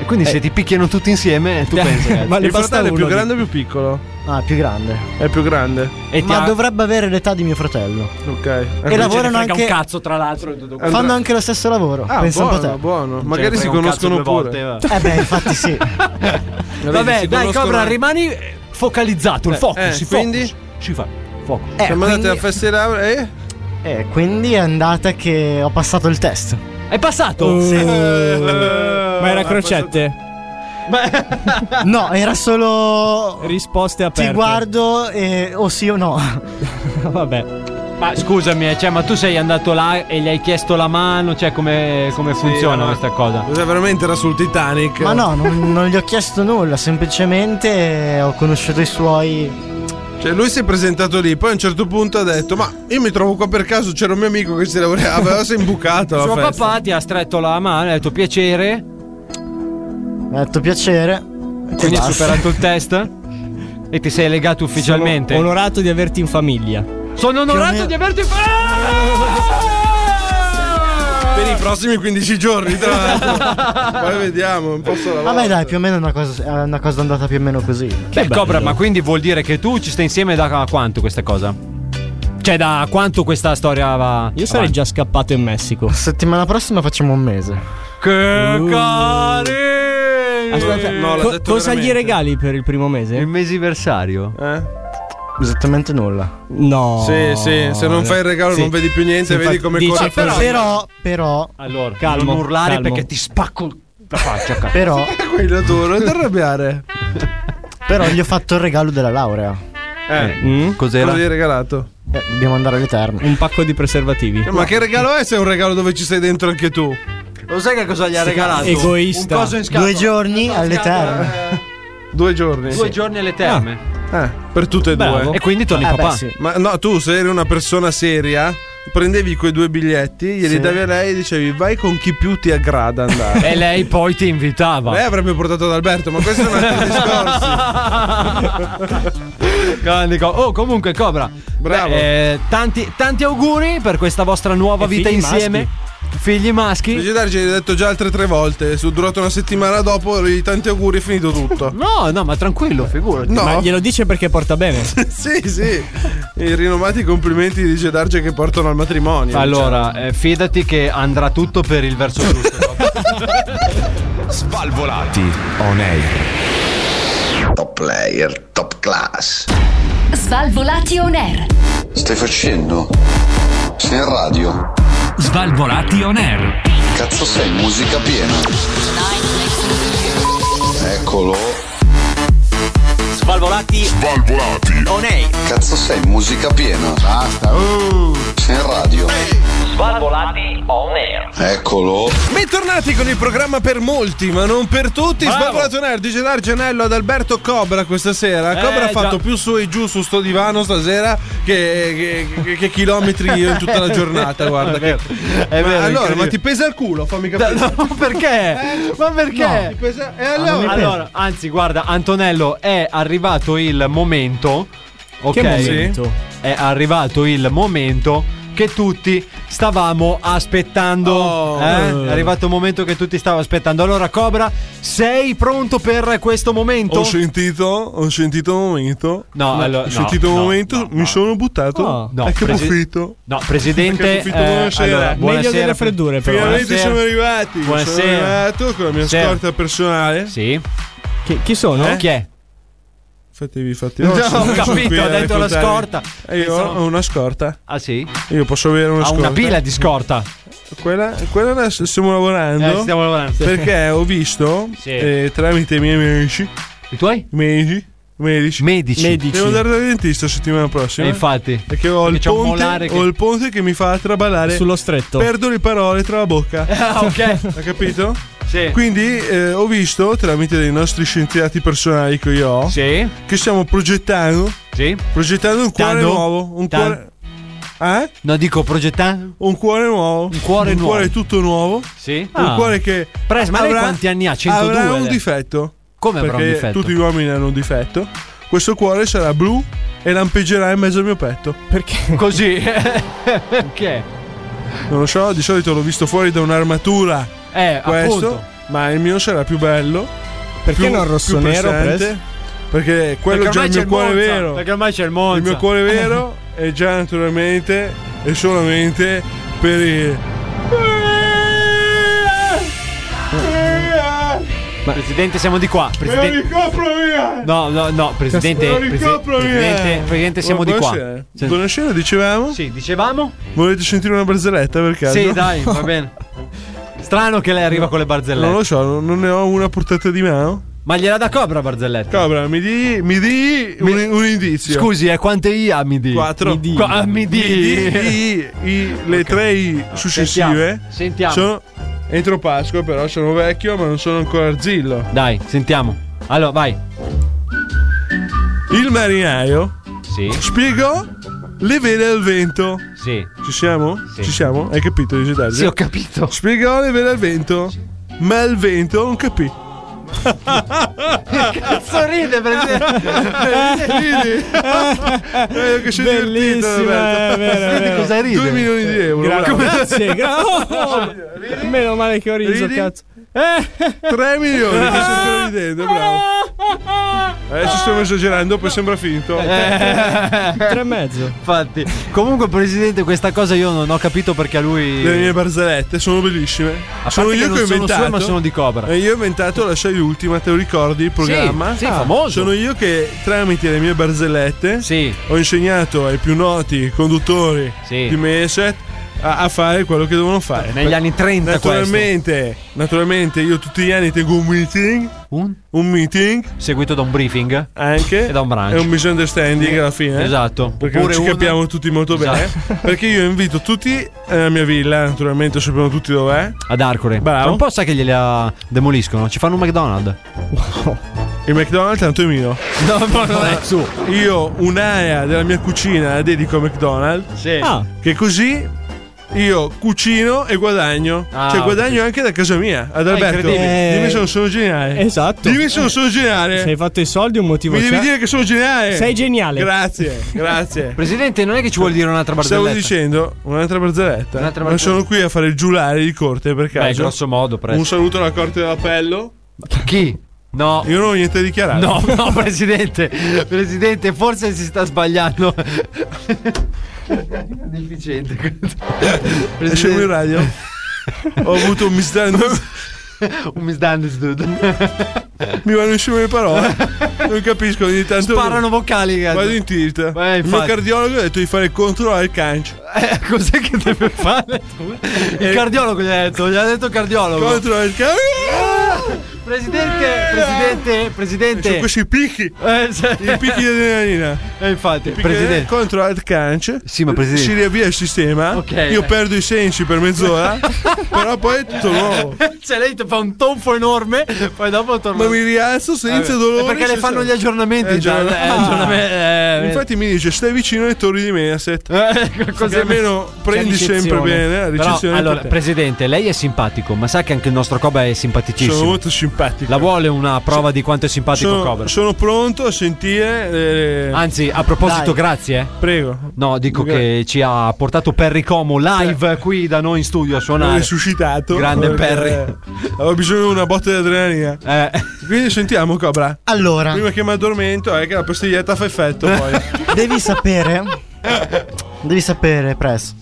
E quindi se ti picchiano tutti insieme, tu pensi. cazzo. il fratello è più grande o più piccolo? Ah, più grande. È più grande. E ti Ma ha- dovrebbe avere l'età di mio fratello. Ok. E Non ce ne lavorano frega anche. un cazzo, tra l'altro. tutto questo. Fanno anche lo stesso lavoro. Ah, Pensa un po' buono, te. buono. Ce ne Magari si frega un cazzo conoscono due pure. volte, va. Eh beh, infatti sì. Vabbè, si dai, conoscono Cobra, anche. rimani eh, focalizzato. Il Eh, focus. eh, il focus. quindi? Ci fa. Focus. Eh, Siamo quindi, andati alla festa di Laura e. eh, quindi è andata che ho passato il test. Hai passato? Ma era crocette? No, era solo. Risposte aperte. Ti guardo e o sì o no. Vabbè. Ma scusami, eh, cioè, ma tu sei andato là e gli hai chiesto la mano? Cioè, come, come funziona ma- questa cosa? Cos'è veramente era sul Titanic? Ma no, non, non gli ho chiesto nulla, semplicemente ho conosciuto i suoi. Cioè, lui si è presentato lì, poi a un certo punto ha detto: Ma io mi trovo qua per caso, c'era un mio amico che si laureava, aveva si è imbucato. alla Suo festa." papà ti ha stretto la mano, ha detto piacere, Mi ha detto piacere. e quindi hai basta. superato il test e ti sei legato ufficialmente. Sono onorato di averti in famiglia. Sono Più o onorato meno- di averti. Ah! Per i prossimi 15 giorni, tra l'altro. Poi vediamo, un po' solo alla Vabbè, volta. dai, più o meno è una cosa, è una cosa andata più o meno così. Beh, Cobra, ma quindi vuol dire che tu ci stai insieme da quanto questa cosa? Cioè, da quanto questa storia va. Io sarei già scappato in Messico. Settimana prossima facciamo un mese. Che Uh. carino! Aspetta, No, l'ha co- detto cosa gli veramente. regali per il primo mese? mesiversario. Eh? Esattamente nulla. No. Sì, sì, se non fai il regalo Sì. non vedi più niente, Sì, vedi infatti come dice corre. così. Però, però, Allora, Calmo, non urlare calmo. perché ti spacco la faccia. cazzo. però, Quello duro, non ti arrabbiare. però gli ho fatto il regalo della laurea. Eh, Mm? cosa Cos'era? gli hai regalato? Eh, dobbiamo andare alle terme. Un pacco di preservativi. Eh, Ma che regalo è se è un regalo dove ci sei dentro anche tu? Lo sai che cosa gli ha regalato? Egoista. Un coso in scatola. Due giorni alle terme. Due giorni. Due giorni alle terme. Eh, per tutte e Bravo. due. E quindi torni Eh, papà. beh, sì. Ma no, tu se eri una persona seria, prendevi quei due biglietti, glieli Sì. davi a lei e dicevi vai con chi più ti aggrada andare. E lei poi ti invitava. Lei avrebbe portato ad Alberto, ma questo è un altro discorso. Grande co- Oh, comunque, Cobra. Bravo. eh, tanti, tanti auguri per questa vostra nuova E vita figli insieme. Figli maschi. Luigi Dargi gli ha detto già altre tre volte, su durato una settimana dopo, gli tanti auguri, è finito tutto. No, no, ma tranquillo, figurati. No, Ma glielo dice perché porta bene. sì, sì. I rinomati complimenti di Luigi Dargi che portano al matrimonio. diciamo. Allora, eh, fidati che andrà tutto per il verso giusto. Svalvolati on air. Top player, top class. Svalvolati on air. Stai facendo? Sei in radio? Svalvolati on air. Cazzo sei, musica piena. Eccolo. Svalvolati Svalvolati. on air. Cazzo sei, musica piena. Basta. Sei in radio? Svalvolati on air. Eccolo. Bentornati con il programma per molti, ma non per tutti. Svalvolato Nerd, dice Dargenello ad Alberto Cobra questa sera. Eh, Cobra ha già. fatto più su e giù su sto divano stasera che, che- che- che chilometri io in tutta la giornata. Guarda, È vero, che- è ma vero, allora, ma incredibile. ti pesa il culo? Fammi capire. Eh, perché? Ma perché? Ah, No, ti pesa- E allora? Allora, anzi, guarda, Antonello, è arrivato il momento. Ok. Che momento? Sì. È arrivato il momento che tutti stavamo aspettando. Oh. eh? È arrivato il momento che tutti stavamo aspettando. Allora, Cobra, sei pronto per questo momento? Oh, Ho sentito, ho sentito un momento. No, allora, ho no, sentito un no, momento, mi sono buttato. no, e che presi- buffito. No, presidente, E che buffito, eh, buonasera. allora, Meglio buonasera. delle freddure, però. eh. Finalmente Buonasera. siamo arrivati. Buonasera. Sono arrivato con la mia Buonasera. scorta personale. Eh? Sì. chi sono? Chi è? Fatevi, fatti. No, oggi. ho Sono capito, qui a ha detto la raccontare. scorta. E io Pensavo- ho una scorta. Ah, sì? Io posso avere una Ha scorta. una pila di scorta. Quella, quella adesso stiamo lavorando. Eh, stiamo lavorando. Perché ho visto Sì. eh, tramite i miei medici. I tuoi? Medici. Medici. Medici. Medici. Devo andare dal dentista settimana prossima. Eh, infatti. Perché ho il, Perché c'è un ponte, molare che- ho il ponte che mi fa traballare. Sullo stretto. Perdo le parole tra la bocca. Ah, ok. Hai capito? Sì. Quindi eh, ho visto tramite dei nostri scienziati personali che io ho. Che stiamo progettando. Sì. Progettando un cuore Tanto? nuovo. Un Tan- cuore. Eh? No, dico progettando. Un cuore nuovo. Un cuore un nuovo. cuore tutto nuovo. Sì. Ah. Un cuore che. Pres, ma lei avrà- quanti anni ha? 102 Avrà un lei. difetto. Come avrà un Perché difetto? Tutti gli uomini hanno un difetto. Questo cuore sarà blu e lampeggerà in mezzo al mio petto. Perché? Così. Perché? Non lo so, di solito l'ho visto fuori da un'armatura. Eh, questo. appunto. Ma il mio sarà più bello. Perché più- non rosso più nero, pressante, Pres? Perché quello è Perché già ormai il c'è mio cuore Monza, vero. Perché ormai c'è il Monza. Il mio cuore vero è già naturalmente e solamente per il. Eh, eh, Presidente, siamo di qua. Me lo Presidente. ricopro via! No, no, no, presidente. Me lo presi- ricopro eh! via! presidente, presidente, siamo di qua. Oh, Buonasera. Buonasera, dicevamo? Sì, dicevamo? Volete sentire una barzelletta per caso? Sì, dai, va bene. Strano che lei arriva con le barzellette. Non lo so, non- non ne ho una a portata di mano. Ma gliela da Cobra barzelletta. Cobra, mi di, mi di un, un indizio. Scusi, eh, quante I ha mi di? Quattro. Mi di. Qua- ah, mi di. I- i- le tre I successive Sentiamo, sentiamo. sono entro Pasqua, però sono vecchio, ma non sono ancora arzillo. Dai, sentiamo. Allora, vai. Il marinaio Sì, spiegò le vele al vento. sì. Ci siamo? Sì. Ci siamo? Hai capito, Digitaggio? Sì, ho capito. Spiegò le vele al vento, ma il vento non capì. Sorride, Ridi? Eh, che sei divertito, eh, Roberto. Vedi cosa ride? Due milioni di euro. bravo. Grazie, grazie. oh, meno male che ho riso, Ridi? cazzo. Eh. 3 milioni che sto ancora ridendo, bravo. Adesso stiamo esagerando, poi sembra finto. Eh, Tre e mezzo. Infatti, comunque, Oh, presidente, questa cosa io non ho capito perché a lui. Le mie barzellette sono bellissime. Sono parte io che non che ho sono inventato. sue, ma sono di Cobra. E io ho inventato la sei ultima, te lo ricordi il programma? sì, famoso. Sono io che tramite le mie barzellette ho insegnato ai più noti conduttori Sì. di Meset a, a fare quello che devono fare. Negli anni 30 Naturalmente, naturalmente io tutti gli anni tengo un meeting. Un? meeting Seguito da un briefing. anche. E da un brunch. È un misunderstanding alla fine. Esatto. Perché Oppure Esatto. non uno- ci capiamo tutti molto bene. Perché io invito tutti nella mia villa, naturalmente sappiamo tutti dov'è. Ad Arcore. Bravo. Tra un po' sa che gliela demoliscono. Ci fanno un McDonald's. Il McDonald's tanto è mio. No, no, non è Eh, su. Io un'area della mia cucina la dedico a McDonald's. Sì. Ah. Che così io cucino e guadagno. Ah, cioè ok. guadagno anche da casa mia, ad Alberto. incredibile. Dimmi se non sono geniale. Esatto. Dimmi se non sono Se hai geniale. fatto i soldi, un motivo Mi devi Cioè, c'è. dire che sono geniale. Sei geniale. Grazie, grazie. Presidente, non è che ci vuol dire un'altra barzelletta. Stavo dicendo un'altra barzelletta. Un'altra Ma barzelletta. sono qui a fare il giulare di corte per caso. Beh, grosso modo, presto. Un saluto alla corte dell'appello. Chi? No. Io non ho niente da dichiarare. No, no, presidente. Presidente, forse si sta sbagliando. Deficiente. Lasciamo in Presidente, radio. ho avuto un misunderstanding. un misunderstood. Mi vanno insieme le parole. Non capisco ogni tanto. Sparano vocali, cazzo. Vado in tilt. Eh, il mio infatti. cardiologo ha detto di fare il controllo al cancio. Eh, cos'è che deve Eh, fare? Il cardiologo gli ha detto, gli ha detto cardiologo. Controllo al cancio. Presidente, presidente, presidente. Sono Eh! Cioè, questi picchi. I picchi di adrenalina. E Eh, infatti, Perché presidente. contro il cancer Sì, ma presidente. si riavvia il sistema. Ok. Io perdo i sensi per mezz'ora, però poi è tutto nuovo. Cioè, lei ti fa un tonfo enorme, poi dopo torna. Ma mi rialzo senza Vabbè. dolore. È perché le senza- fanno gli aggiornamenti. Eh, già, già. eh, aggiornamenti, eh, ecco, vedi. Infatti mi dice stai vicino ai torri di Mediaset. Così almeno prendi sempre bene eh, la Però, ricezione. allora, per te. presidente, lei è simpatico, ma sa che anche il nostro Cobra è simpaticissimo. Sono molto simpatico. La vuole una prova di quanto è simpatico sono, Cobra? sono pronto a sentire. eh, Anzi, a proposito, grazie. eh. Prego. No, dico Gra- che ci ha portato Perry Como live qui da noi in studio a L'ho suonare. resuscitato. Grande Perché, Perry. Eh. eh, Avevo bisogno di una botta di adrenalina. Quindi sentiamo, Cobra. Allora, Prima che mi addormento, è che la pastiglietta fa effetto poi. devi sapere. devi sapere, Press.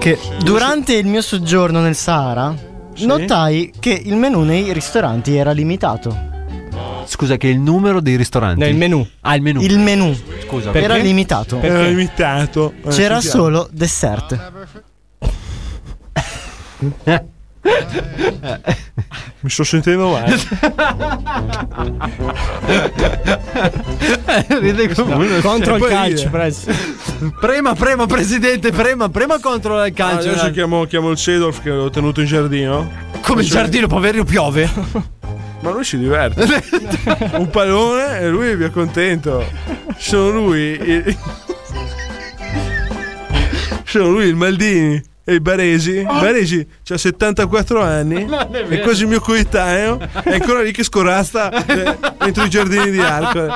Che durante il mio soggiorno nel Sahara, notai che il menù nei ristoranti era limitato. Scusa, che il numero dei ristoranti. No, il menu. Ah, il menu. Il menù Scusa, era perché? limitato. Era limitato. Eh, sentiamo. C'era solo dessert. Mi sto sentendo male. Ride come uno. Eh, contro il Poi calcio, ride. press. Prema, prema, presidente, prema, prema contro il Ah, calcio. adesso chiamo, chiamo il Cedolf che l'ho tenuto in giardino. Come il Cioè- giardino, poverio, piove. Ma lui si diverte. Un pallone e lui vi è contento. Sono lui. il- Sono lui il Maldini e il Baresi. Baresi ha 74 anni, Ah. Non è è, vero. quasi mio coetaneo, è ancora lì che scorazza eh, entro i giardini di Arco.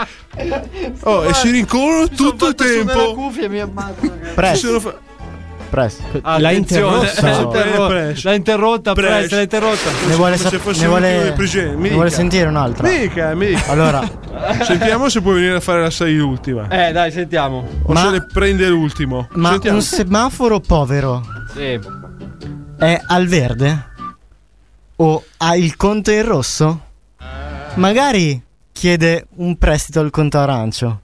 Oh, e si rincorrono tutto il tempo. cuffia mi ammazzo. Ci sono fa- Press. L'ha interrotta. Ah, L'ha interrotta, Presh. l'ha interrotta, Presh. Presh, l'ha interrotta. Ne vuole, se sap- fosse ne un vuole- ultimo di prigione, mi ne vuole Ah. dica. sentire un'altra. Mica, mica. Allora, Sentiamo se puoi venire a fare la 6 ultima. Eh, dai, sentiamo. O Ma- se le prende l'ultimo. ma Sentiamo. un semaforo povero Sì. è al verde? O ha il conto in rosso? Magari chiede un prestito al conto arancio.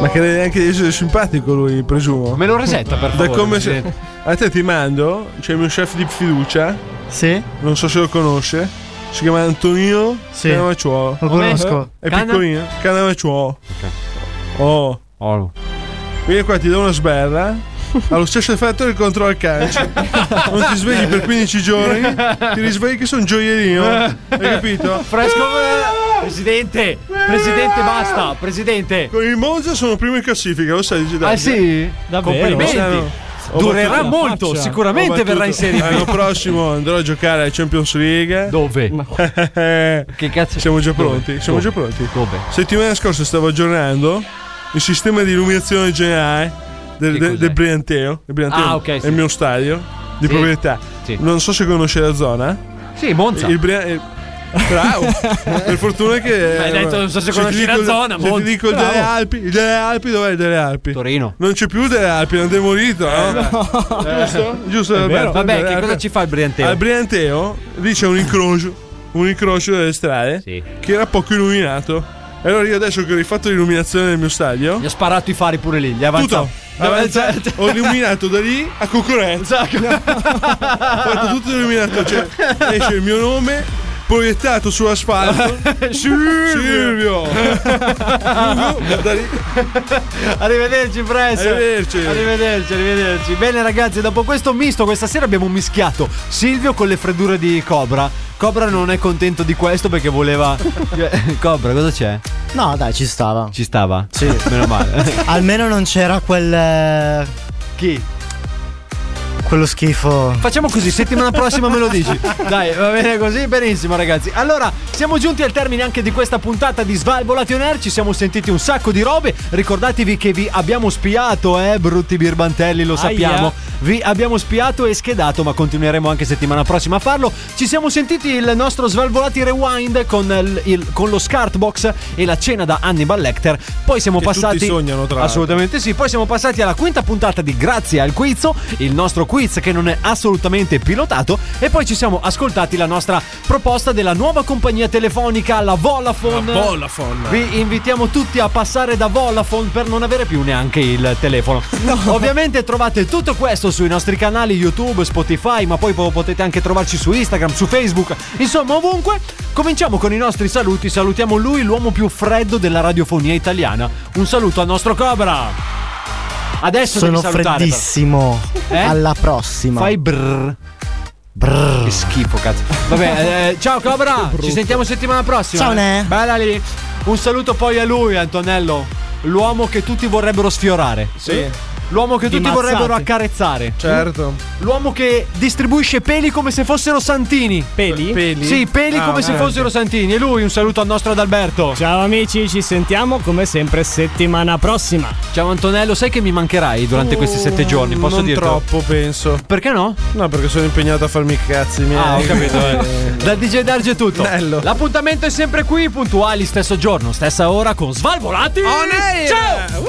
Ma crede neanche di essere simpatico lui, presumo. Me lo resetta, per Da favore. come se... presidente. A te ti mando, c'è il mio chef di fiducia, Sì? non so se lo conosce, si chiama Antonino Sì. Canavacciuolo. Lo conosco. È Cana- piccolino, Canavacciuolo. Oh, Oh. vieni qua, ti do una sberla. Ha lo stesso effetto del controllo al calcio. Non ti svegli per 15 giorni, ti risvegli che sono gioiellino. Hai capito? Fresco. eh, Presidente, presidente, basta. Presidente. Con il Monza sono primo in classifica, lo sai, Zidane. Ah, sì? Quest'anno Complimenti. Durerà ho battuto- molto, sicuramente ho verrà battuto. inserito. L'anno prossimo andrò a giocare alla Champions League. Dove? Che cazzo? Siamo già Dove? pronti, siamo Dove? già pronti. Dove? Settimana scorsa stavo aggiornando il sistema di illuminazione generale del, Che del- cos'è? del Brianteo. Il Brianteo Ah, ok, è sì. il mio stadio di Sì. proprietà. Sì. Non so se conosce la zona. Sì, Monza. Il Bria- il- Bravo, per fortuna che. hai detto, non so se conosci ti la dico il- zona, Se ti Monza. dico il delle Bravo. Alpi, il delle Alpi, dov'è il delle Alpi? Torino. Eh, Non c'è più delle Alpi, hanno demolito, no? Giusto? Giusto, Alberto? Vabbè, che Alberto. cosa ci fa il Al Brianteo? Brianteo lì c'è un incrocio, un incrocio delle strade Sì. che era poco illuminato. E allora io adesso che ho rifatto l'illuminazione del mio stadio, Gli ha sparato i fari pure lì, gli avanza. tutto avanza- ho illuminato da lì a concorrenza. Esatto. ho Ah. fatto tutto illuminato, cioè esce il mio nome proiettato sull'asfalto. Silvio! da lì. Arrivederci, Press. Arrivederci. Arrivederci, arrivederci. Bene, ragazzi, dopo questo misto, questa sera abbiamo mischiato Silvio con le freddure di Cobra. Cobra non è contento di questo perché voleva. Cobra, cosa c'è? No, dai, ci stava. Ci stava? Sì. Meno male. Almeno non c'era quel. eh, Chi? quello schifo. Facciamo così, settimana prossima me lo dici. Dai, va bene così, benissimo ragazzi. Allora, siamo giunti al termine anche di questa puntata di Svalvolati On Air, ci siamo sentiti un sacco di robe. Ricordatevi che vi abbiamo spiato, eh, brutti birbantelli, lo sappiamo. Vi abbiamo spiato e schedato, ma continueremo anche settimana prossima a farlo. Ci siamo sentiti il nostro Svalvolati Rewind con, il- il- con lo Scartbox e la cena da Hannibal Lecter. Poi siamo Che tutti passati sognano, tra l'altro. Assolutamente sì, poi siamo passati alla quinta puntata di Grazie al Quizzo, il nostro quiz quiz che non è assolutamente pilotato e poi ci siamo ascoltati la nostra proposta della nuova compagnia telefonica, la Volafone. La Volafone. Vi invitiamo tutti a passare da Volafone per non avere più neanche il telefono. Ovviamente trovate tutto questo sui nostri canali YouTube, Spotify, ma poi po- potete anche trovarci su Instagram, su Facebook, insomma ovunque. Cominciamo con i nostri saluti, salutiamo lui, l'uomo più freddo della radiofonia italiana. Un saluto al nostro Cobra. Adesso Sono devi salutare. però. freddissimo. Eh? Alla prossima. Fai brr. Brr. Che schifo, cazzo. Vabbè, eh, ciao Cobra, ci sentiamo settimana prossima. Ciao, Ne. Bella lì. Un saluto poi a lui, Antonello, l'uomo che tutti vorrebbero sfiorare. Sì. L'uomo che Di tutti Mazzate. vorrebbero accarezzare. Certo. L'uomo che distribuisce peli come se fossero santini. Peli? Peli? Sì, peli Ah, come se veramente. fossero santini. E lui, un saluto al nostro Adalberto. Ciao amici, ci sentiamo come sempre settimana prossima. Ciao Antonello, sai che mi mancherai durante questi sette giorni? Posso Mm, non dirtelo? troppo, penso. Perché no? No, perché sono impegnato a farmi i cazzi miei. Ah, ho capito. eh. Dal DJ Darge è tutto. L'appuntamento è sempre qui, puntuali, stesso giorno, stessa ora con Svalvolati. On air! Ciao!